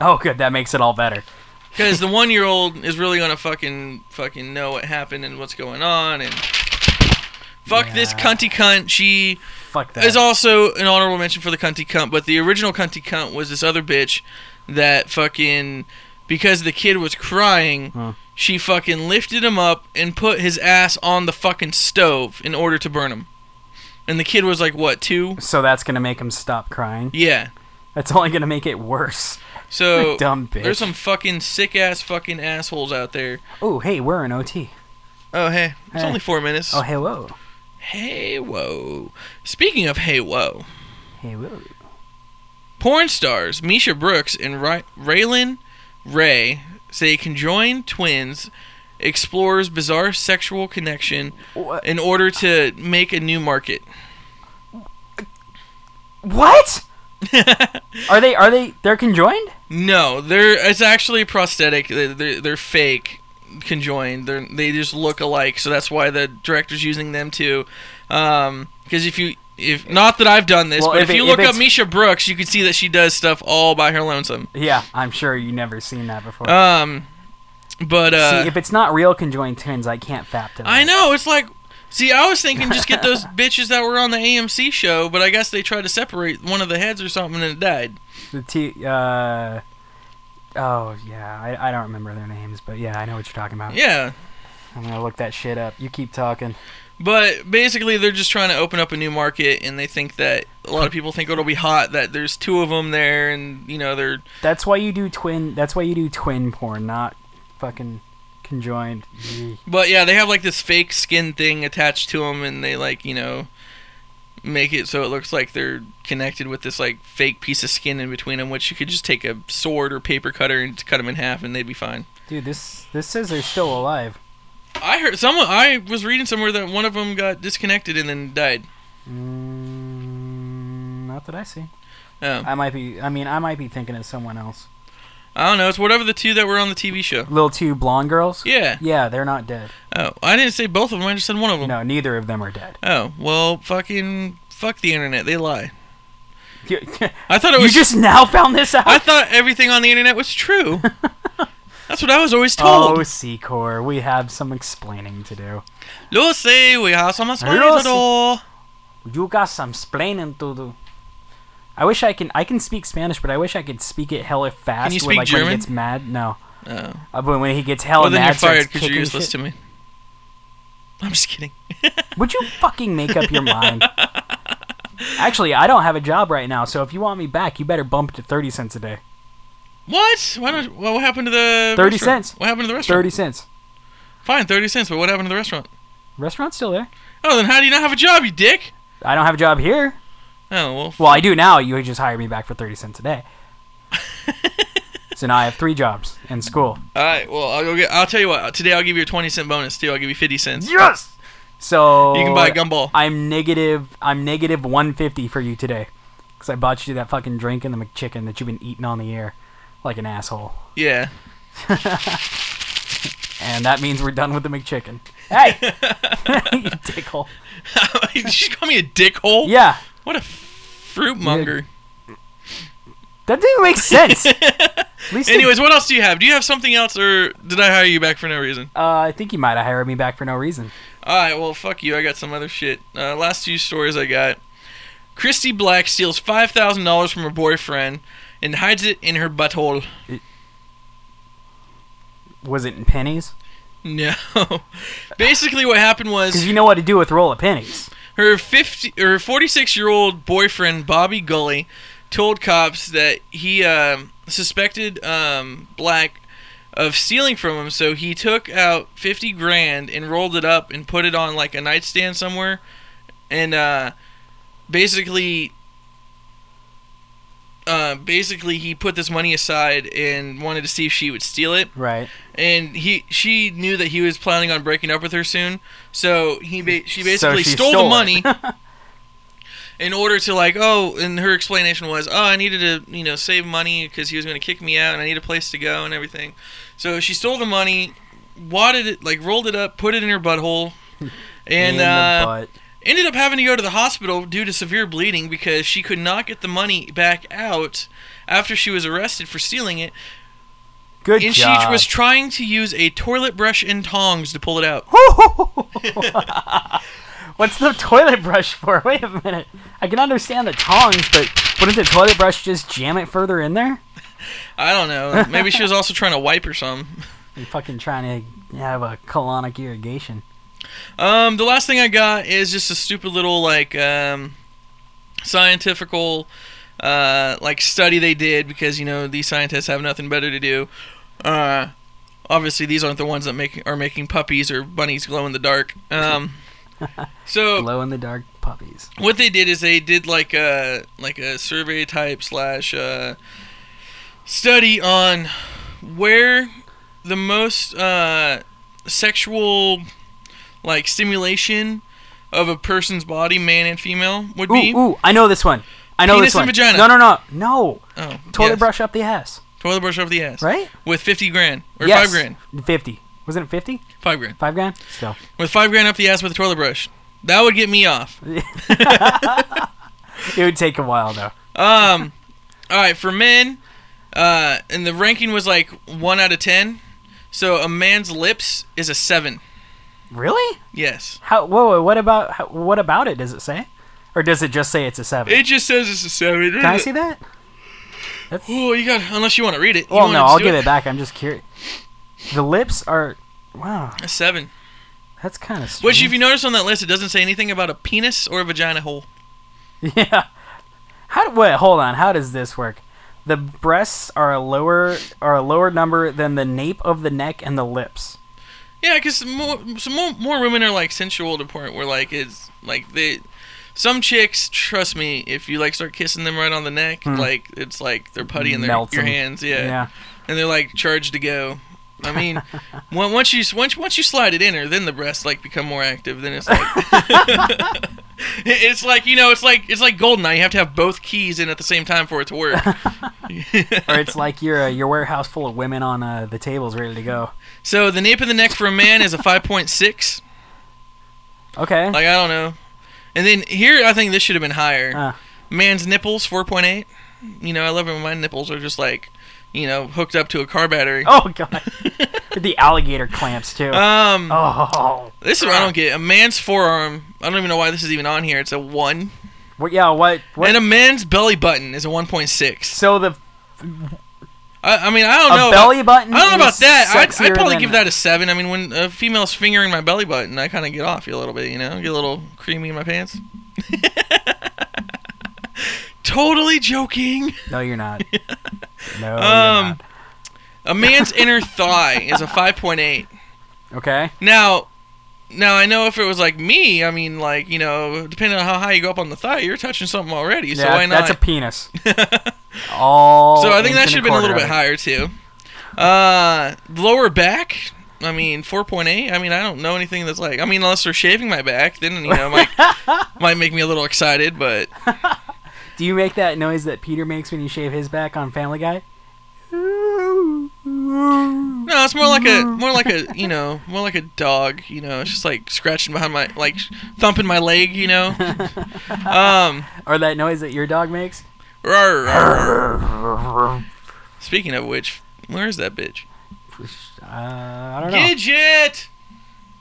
Oh, good. That makes it all better. because the one-year-old is really gonna fucking fucking know what happened and what's going on, and fuck this Yeah. cunty cunt. She Fuck that. is also an honorable mention for the cunty cunt, but the original cunty cunt was this other bitch that fucking because the kid was crying, Huh. she fucking lifted him up and put his ass on the fucking stove in order to burn him. And the kid was like what, two? so that's gonna make him stop crying. Yeah. That's only gonna make it worse. <laughs> So Dumb bitch. there's some fucking sick ass fucking assholes out there. Oh, hey, we're an OT. Oh hey. It's Hey. only four minutes. Oh, hey, whoa. Hey whoa. Speaking of hey whoa. Hey, whoa. Porn stars Misha Brooks and Ry- Raylan Ray say conjoined twins explores bizarre sexual connection <laughs> What? in order to make a new market. <laughs> What? Are they? Are they? They're conjoined? no, they're it's actually prosthetic. They're, they're, they're fake conjoined. They're, they just look alike, so that's why the director's using them too. Because if you if not that I've done this, Well, but if if, it- you if look up it's- Misha Brooks, you can see that she does stuff all by her lonesome. Yeah, I'm sure you never seen that before. Um, but uh, See, if it's not real conjoined twins, I can't fap to that. I know. It's like See, I was thinking just get those bitches that were on the AMC show, but I guess they tried to separate one of the heads or something and it died. The T. Uh, oh yeah, I, I don't remember their names, but yeah, I know what you're talking about. Yeah. I'm gonna look that shit up. You keep talking. But basically, they're just trying to open up a new market, and they think that a lot of people think it'll be hot that there's two of them there, and you know they're That's why you do twin. That's why you do twin porn, not fucking conjoined. Yee. But yeah, they have like this fake skin thing attached to them, and they like you know make it so it looks like they're connected with this like fake piece of skin in between them, which you could just take a sword or paper cutter and just cut them in half, and they'd be fine. Dude, this this says they're still alive. I heard someone. I was reading somewhere that one of them got disconnected and then died. Mm, not that I see. Um, I might be. I mean, I might be thinking of someone else. I don't know. It's whatever the two that were on the TV show. Little two blonde girls. Yeah. Yeah, they're not dead. Oh, I didn't say both of them. I just said one of them. No, neither of them are dead. <laughs> Oh well, fucking fuck the internet. They lie. You, I thought it you was. just now found this out. I thought everything on the internet was <laughs> true. That's what I was always told. Oh, Secor, we have some explaining to do. Lucy, we have some Lucy. hospital. You got some explaining to do. I wish I can. I can speak Spanish, but I wish I could speak it hella fast. you when, speak like, When German? he gets mad, no. Oh. Uh, but when he gets hella Well, then mad, you're starts fired because you're kicking useless shit- to me. I'm just kidding. <laughs> Would you fucking make up your mind? Actually, I don't have a job right now, so if you want me back, you better bump it to thirty cents a day. What? Why don't? Well, what happened to the 30 restaurant? cents. What happened to the restaurant? Thirty cents. Fine, thirty cents. But what happened to the restaurant? Restaurant's still there. Oh, then how do you not have a job, you dick? I don't have a job here. Oh well. f- Well, I do now. You just hire me back for thirty cents a <laughs> day. so now I have three jobs and school. All right. Well, I'll go get. I'll tell you what. Today I'll give you a twenty cent bonus too. I'll give you fifty cents. Yes. So You can buy a gumball. I'm negative. I'm negative one fifty for you today, because I bought you that fucking drink and the McChicken that you've been eating on the air, like an asshole. <laughs> Yeah. <laughs> And that means we're done with the McChicken. <laughs> Hey, <laughs> you dickhole. Did she call me a dickhole? Yeah, What a fruit monger. that didn't make <laughs> sense. At least it- Anyways, what else do you have? Do you have something else, or did I hire you back for no reason? uh, I think you might have hired me back for no reason. All right. Well, fuck you. I got some other shit. Uh, last two stories I got. Christy Black steals five thousand dollars from her boyfriend and hides it in her butthole. <laughs> Was it in pennies? No. <laughs> Basically, what happened was Because you know what to do with a roll of pennies. Her fifty, her forty-six-year-old boyfriend Bobby Gully told cops that he um suspected um, Black of stealing from him, so he took out fifty grand and rolled it up and put it on like a nightstand somewhere, and uh, basically, uh, basically he put this money aside and wanted to see if she would steal it Right. and he she knew that he was planning on breaking up with her soon, so he ba- she So basically she stole, stole the it. money in order to like oh and her explanation was oh I needed to you know save money because he was going to kick me out and I need a place to go and everything, so she stole the money, wadded it like rolled it up, put it in her butthole, and <laughs> In the uh, butt. ended up having to go to the hospital due to severe bleeding because she could not get the money back out after she was arrested for stealing it good and job. she was trying to use a toilet brush and tongs to pull it out. <laughs> What's the toilet brush for? <laughs> Wait a minute. I can understand the tongs, but wouldn't the toilet brush just jam it further in there? I don't know. Maybe she was also trying to wipe or something. You're fucking trying to have a colonic irrigation. Um, the last thing I got is just a stupid little like um, scientifical uh, like study they did because you know these scientists have nothing better to do. Uh, obviously, these aren't the ones that make are making puppies or bunnies glow in the dark. Um, so Glow in the dark puppies. what they did is they did like a like a survey type slash uh, study on where the most uh, sexual like stimulation of a person's body, man and female, would Ooh, be. ooh, I know this one. I know Penis this one. and vagina. No, no, no, no. Oh, Toilet yes. brush up the ass, Toilet brush over the ass. right? With fifty grand or yes. five grand. Fifty. Wasn't it fifty? Five grand. Five grand? <laughs> Still. With five grand up the ass with a toilet brush. That would get me off. It would take a while though. Um, all right, for men, uh, and the ranking was like one out of ten. So a man's lips is a seven. Really? Yes. How? Whoa! whoa, What about how, what about it? Does it say, or does it just say it's a seven? It just says it's a seven. Can I see that? Oh, you got unless you want to read it. You Well, want no, to I'll do give it back. I'm just curious. The lips are. Wow, A seven. that's kind of strange. Which, if you notice on that list, it doesn't say anything about a penis or a vagina hole. <laughs> Yeah. How? do- Wait, hold on. How does this work? The breasts are a lower are a lower number than the nape of the neck and the lips. Yeah, because more, so more more women are like sensual to the point where like it's like they. Some chicks, trust me, if you like start kissing them right on the neck, like it's like they're putty in their Hmm. Melts your 'em. hands, yeah. Yeah. and they're like charged to go. I mean, on- once you once once you slide it in her, then the breasts like become more active. Then it's like <laughs> It- it's like you know it's like it's like Goldeneye. You have to have both keys in at the same time for it to work. <laughs> Or it's like your uh, your warehouse full of women on uh, the tables ready to go. so the nape of the neck for a man is a five point six. Okay. Like I don't know. And then here I think this should have been higher. Uh, Man's nipples four point eight. You know I love it when my nipples are just like you know hooked up to a car battery. oh god. <laughs> the alligator clamps too. Um, oh. this is what I don't get. A man's forearm. I don't even know why this is even on here. It's a one. What? Yeah. What? What? And a man's belly button is a 1.6. so the I, I mean, I don't a know. belly about, button. I don't know about is that. I'd, I'd sexier probably than- give that a seven. I mean, when a female's fingering my belly button, I kind of get off you a little bit. You know, get a little creamy in my pants. <laughs> totally joking. No, you're <laughs> not. No, you're Um, not. A <laughs> man's inner thigh is a 5.8. Okay. Now, now I know if it was like me, I mean, like you know, depending on how high you go up on the thigh, you're touching something already. <laughs> so yeah, why not? that's a penis. All. So I think that inch should have and been a little quarter bit of it. higher too. Uh, lower back. I mean, four point eight. I mean, I don't know anything that's like. I mean, unless they're shaving my back, then you <laughs> know, might might make me a little excited. But Do you make that noise that Peter makes when you shave his back on Family Guy? no, it's more like a Mm. more like a you know more like a dog. You know, it's just like scratching behind my like thumping my leg. You know. <laughs> <laughs> Um. Or that noise that your dog makes? rawr, rawr, rawr. Speaking of which, where is that bitch? Uh, I don't know. Gidget.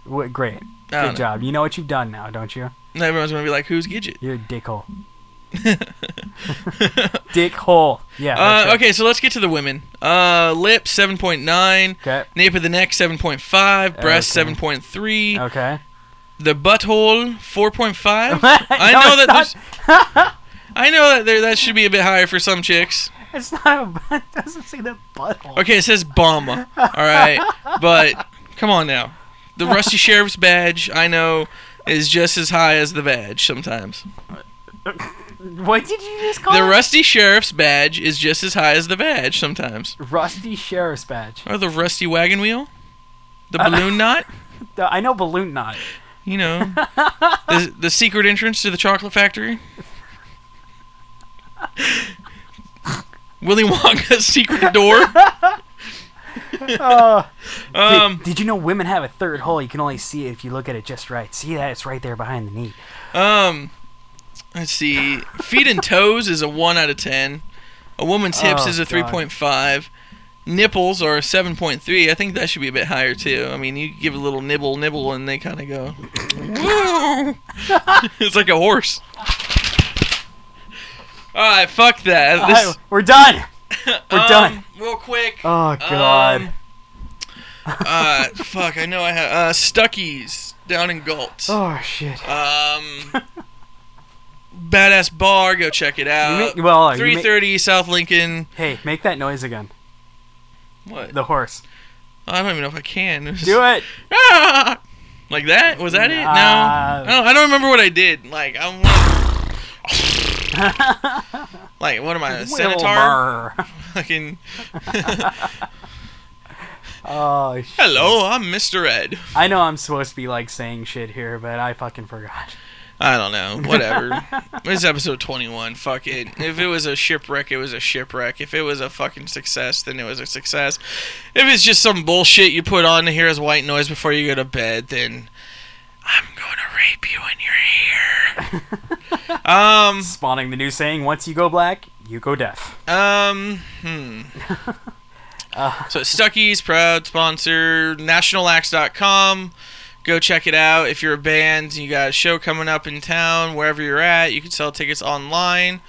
Wha- great. I don't Good job. You know what you've done now, don't you? Know. Everyone's gonna be like, <laughs> "Who's Gidget?" <laughs> You're a dickhole. dickhole. Yeah. Uh, that's it. okay, so let's get to the women. Uh, lip seven point nine, Okay. nape of the neck seven point five, breast Okay. seven point three, Okay. <laughs> the butthole four point five. I know that. it's there's- I know that there that should be a bit higher for some chicks. not, <laughs> it's not a butt. It doesn't say the butthole. Okay, it says bum. All right, <laughs> but come on now, the rusty sheriff's badge I know is just as high as the badge sometimes. What did you just call The it? rusty sheriff's badge is just as high as the badge sometimes. Rusty Sheriff's <laughs> Badge. Or the rusty wagon wheel, the balloon <laughs> knot. Uh, I know Balloon <laughs> Knot. You know, the, the secret entrance to the chocolate factory. Willy Wonka's secret door. Oh. Did- Um, did, you know women have a third hole? You can only see it if you look at it just right. See that? It's right there behind the knee. um, let's see. Feet and toes is a one out of ten. A woman's hips Oh, is a God. three point five. Nipples are a seven point three. I think that should be a bit higher too. I mean, you give a little nibble, nibble, and they kind of go. <laughs> <laughs> it's like a horse. All right, fuck that. This- Oh, we're done. We're Um, done. Real quick. Oh God. Um, uh, fuck. I know I have uh, Stuckies down in Galt. oh shit. Um, badass bar. Go check it You out. make- well, you Three make- thirty South Lincoln. hey, make that noise again. What? The horse. I don't even know if I can. <laughs> Do it. Ah! Like that? Was that it? No. Nah. No, I don't remember what I did. Like I'm. Like, <laughs> like what am I? A centaur? Wilbur. Fucking. <laughs> <laughs> Oh. Sh- Hello, I'm Mr. Ed. I know I'm supposed to be like saying shit here, but I fucking forgot. I don't know. Whatever. <laughs> this is episode 21. Fuck it. If it was a shipwreck, it was a shipwreck. If it was a fucking success, then it was a success. If it's just some bullshit you put on to hear as white noise before you go to bed, then I'm going to rape you in your ear. um, Spawning the new saying: Once you go black, you go deaf. um, hmm. So Stucky's proud sponsor, nationalaxe.com. Go check it out. If you're a band, you got a show coming up in town, wherever you're at, you can sell tickets online.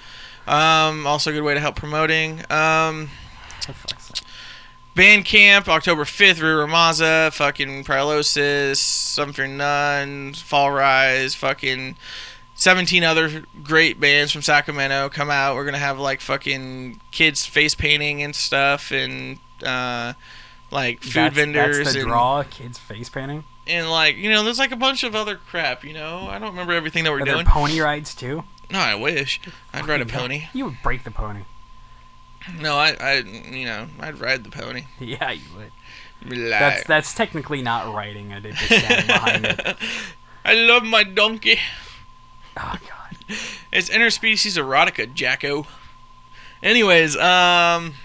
Um, also, a good way to help promoting. Um, For fuck's sake. Bandcamp, October 5th, Rue Ramaza, fucking Paralysis, Something None, Fall Rise, fucking 17 other great bands from Sacramento come out. We're going to have like fucking kids face painting and stuff and uh, like food That's- vendors That's the and, draw. Kids face painting. and like, you know, there's like a bunch of other crap, you know? I don't remember everything that we're Are there doing. pony rides too? no, I wish. I'd <laughs> <laughs> ride a pony. You would break the pony. <laughs> No, I, I, you know, I'd ride the pony. Yeah, you would. Like- That's that's technically not writing. I did just stand behind <laughs> it. I love my donkey. Oh god. It's interspecies erotica, Jacko. Anyways, um,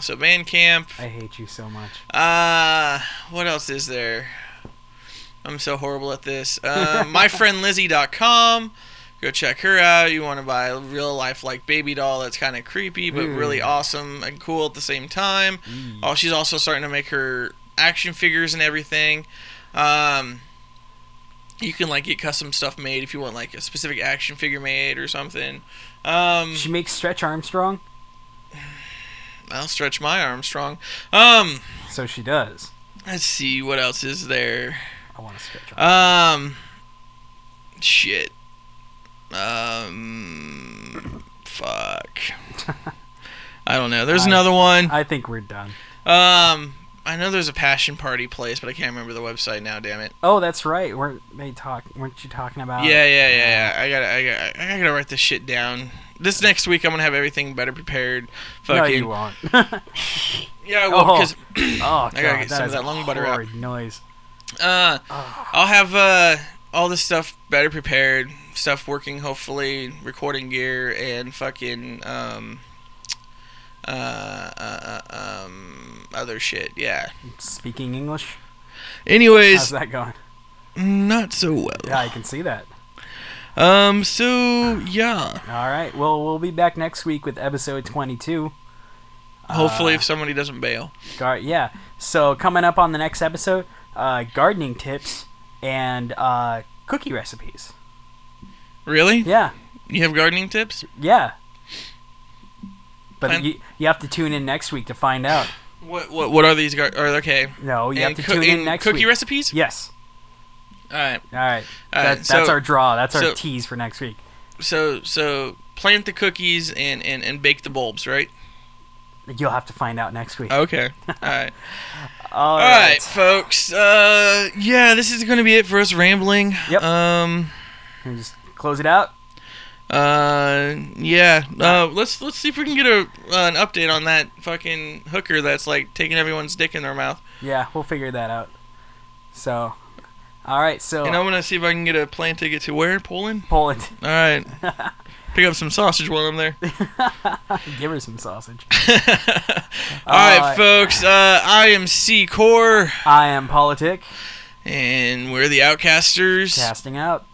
so Bandcamp. I hate you so much. Uh, what else is there? I'm so horrible at this. Uh, myfriendlizzie.com. Go check her out. You want to buy a real life like baby doll that's kind of creepy but Ooh. really awesome and cool at the same time. Mm. Oh, she's also starting to make her action figures and everything. Um, you can like get custom stuff made if you want like a specific action figure made or something. Um, She makes Stretch Armstrong, I'll stretch my arm strong. Um, so she does. let's see what else is there. I want to stretch. Armstrong. Um, shit. Um, fuck. I don't know. There's I- another one. I think we're done. Um, I know there's a passion party place, but I can't remember the website now. Damn it. Oh, that's right. Weren't they talk? Weren't you talking about? yeah, yeah, yeah, yeah. I gotta, I gotta, I gotta write this shit down. This next week, I'm gonna have everything better prepared. Fucking No, you won't. oh <laughs> yeah, well, Oh. because god, get that some of is that lung butter out. horrid noise. <clears throat> uh, Oh, I'll have uh, all this stuff better prepared, stuff working, hopefully, recording gear and fucking um, uh, uh, uh, um, other shit. Yeah. speaking English. How's Anyways, that going? not so well. Yeah, I can see that. Um. So yeah. All right. Well, we'll be back next week with episode 22. Hopefully, Uh, if somebody doesn't bail. Gar- yeah. So coming up on the next episode, uh, gardening tips and uh, cookie recipes. Really? Yeah, You have gardening tips? yeah. But And- you, you have to tune in next week to find out. What what what are these? Gar- are okay? No, you And have to coo- tune in and next cookie week. recipes. yes. All right. All right. All That, right. that's so, our draw. That's our so- tease for next week. so so plant the cookies and and and bake the bulbs, right? You'll have to find out next week. <laughs> Okay. All right. All Oh, All right. right, folks. Uh, yeah, this is gonna be it for us rambling. Yep. Um. Can we Just close it out. Uh. Yeah. Uh. Let's let's see if we can get a uh, an update on that fucking hooker that's like taking everyone's dick in their mouth. Yeah, we'll figure that out. So, all right. So And I'm gonna see if I can get a plane ticket to where Poland. Poland, All right. Pick up some sausage while I'm there. <laughs> give her some sausage. <laughs> All right, right. folks. Uh, I am C Core, I am politic and we're the Outcasters. casting out.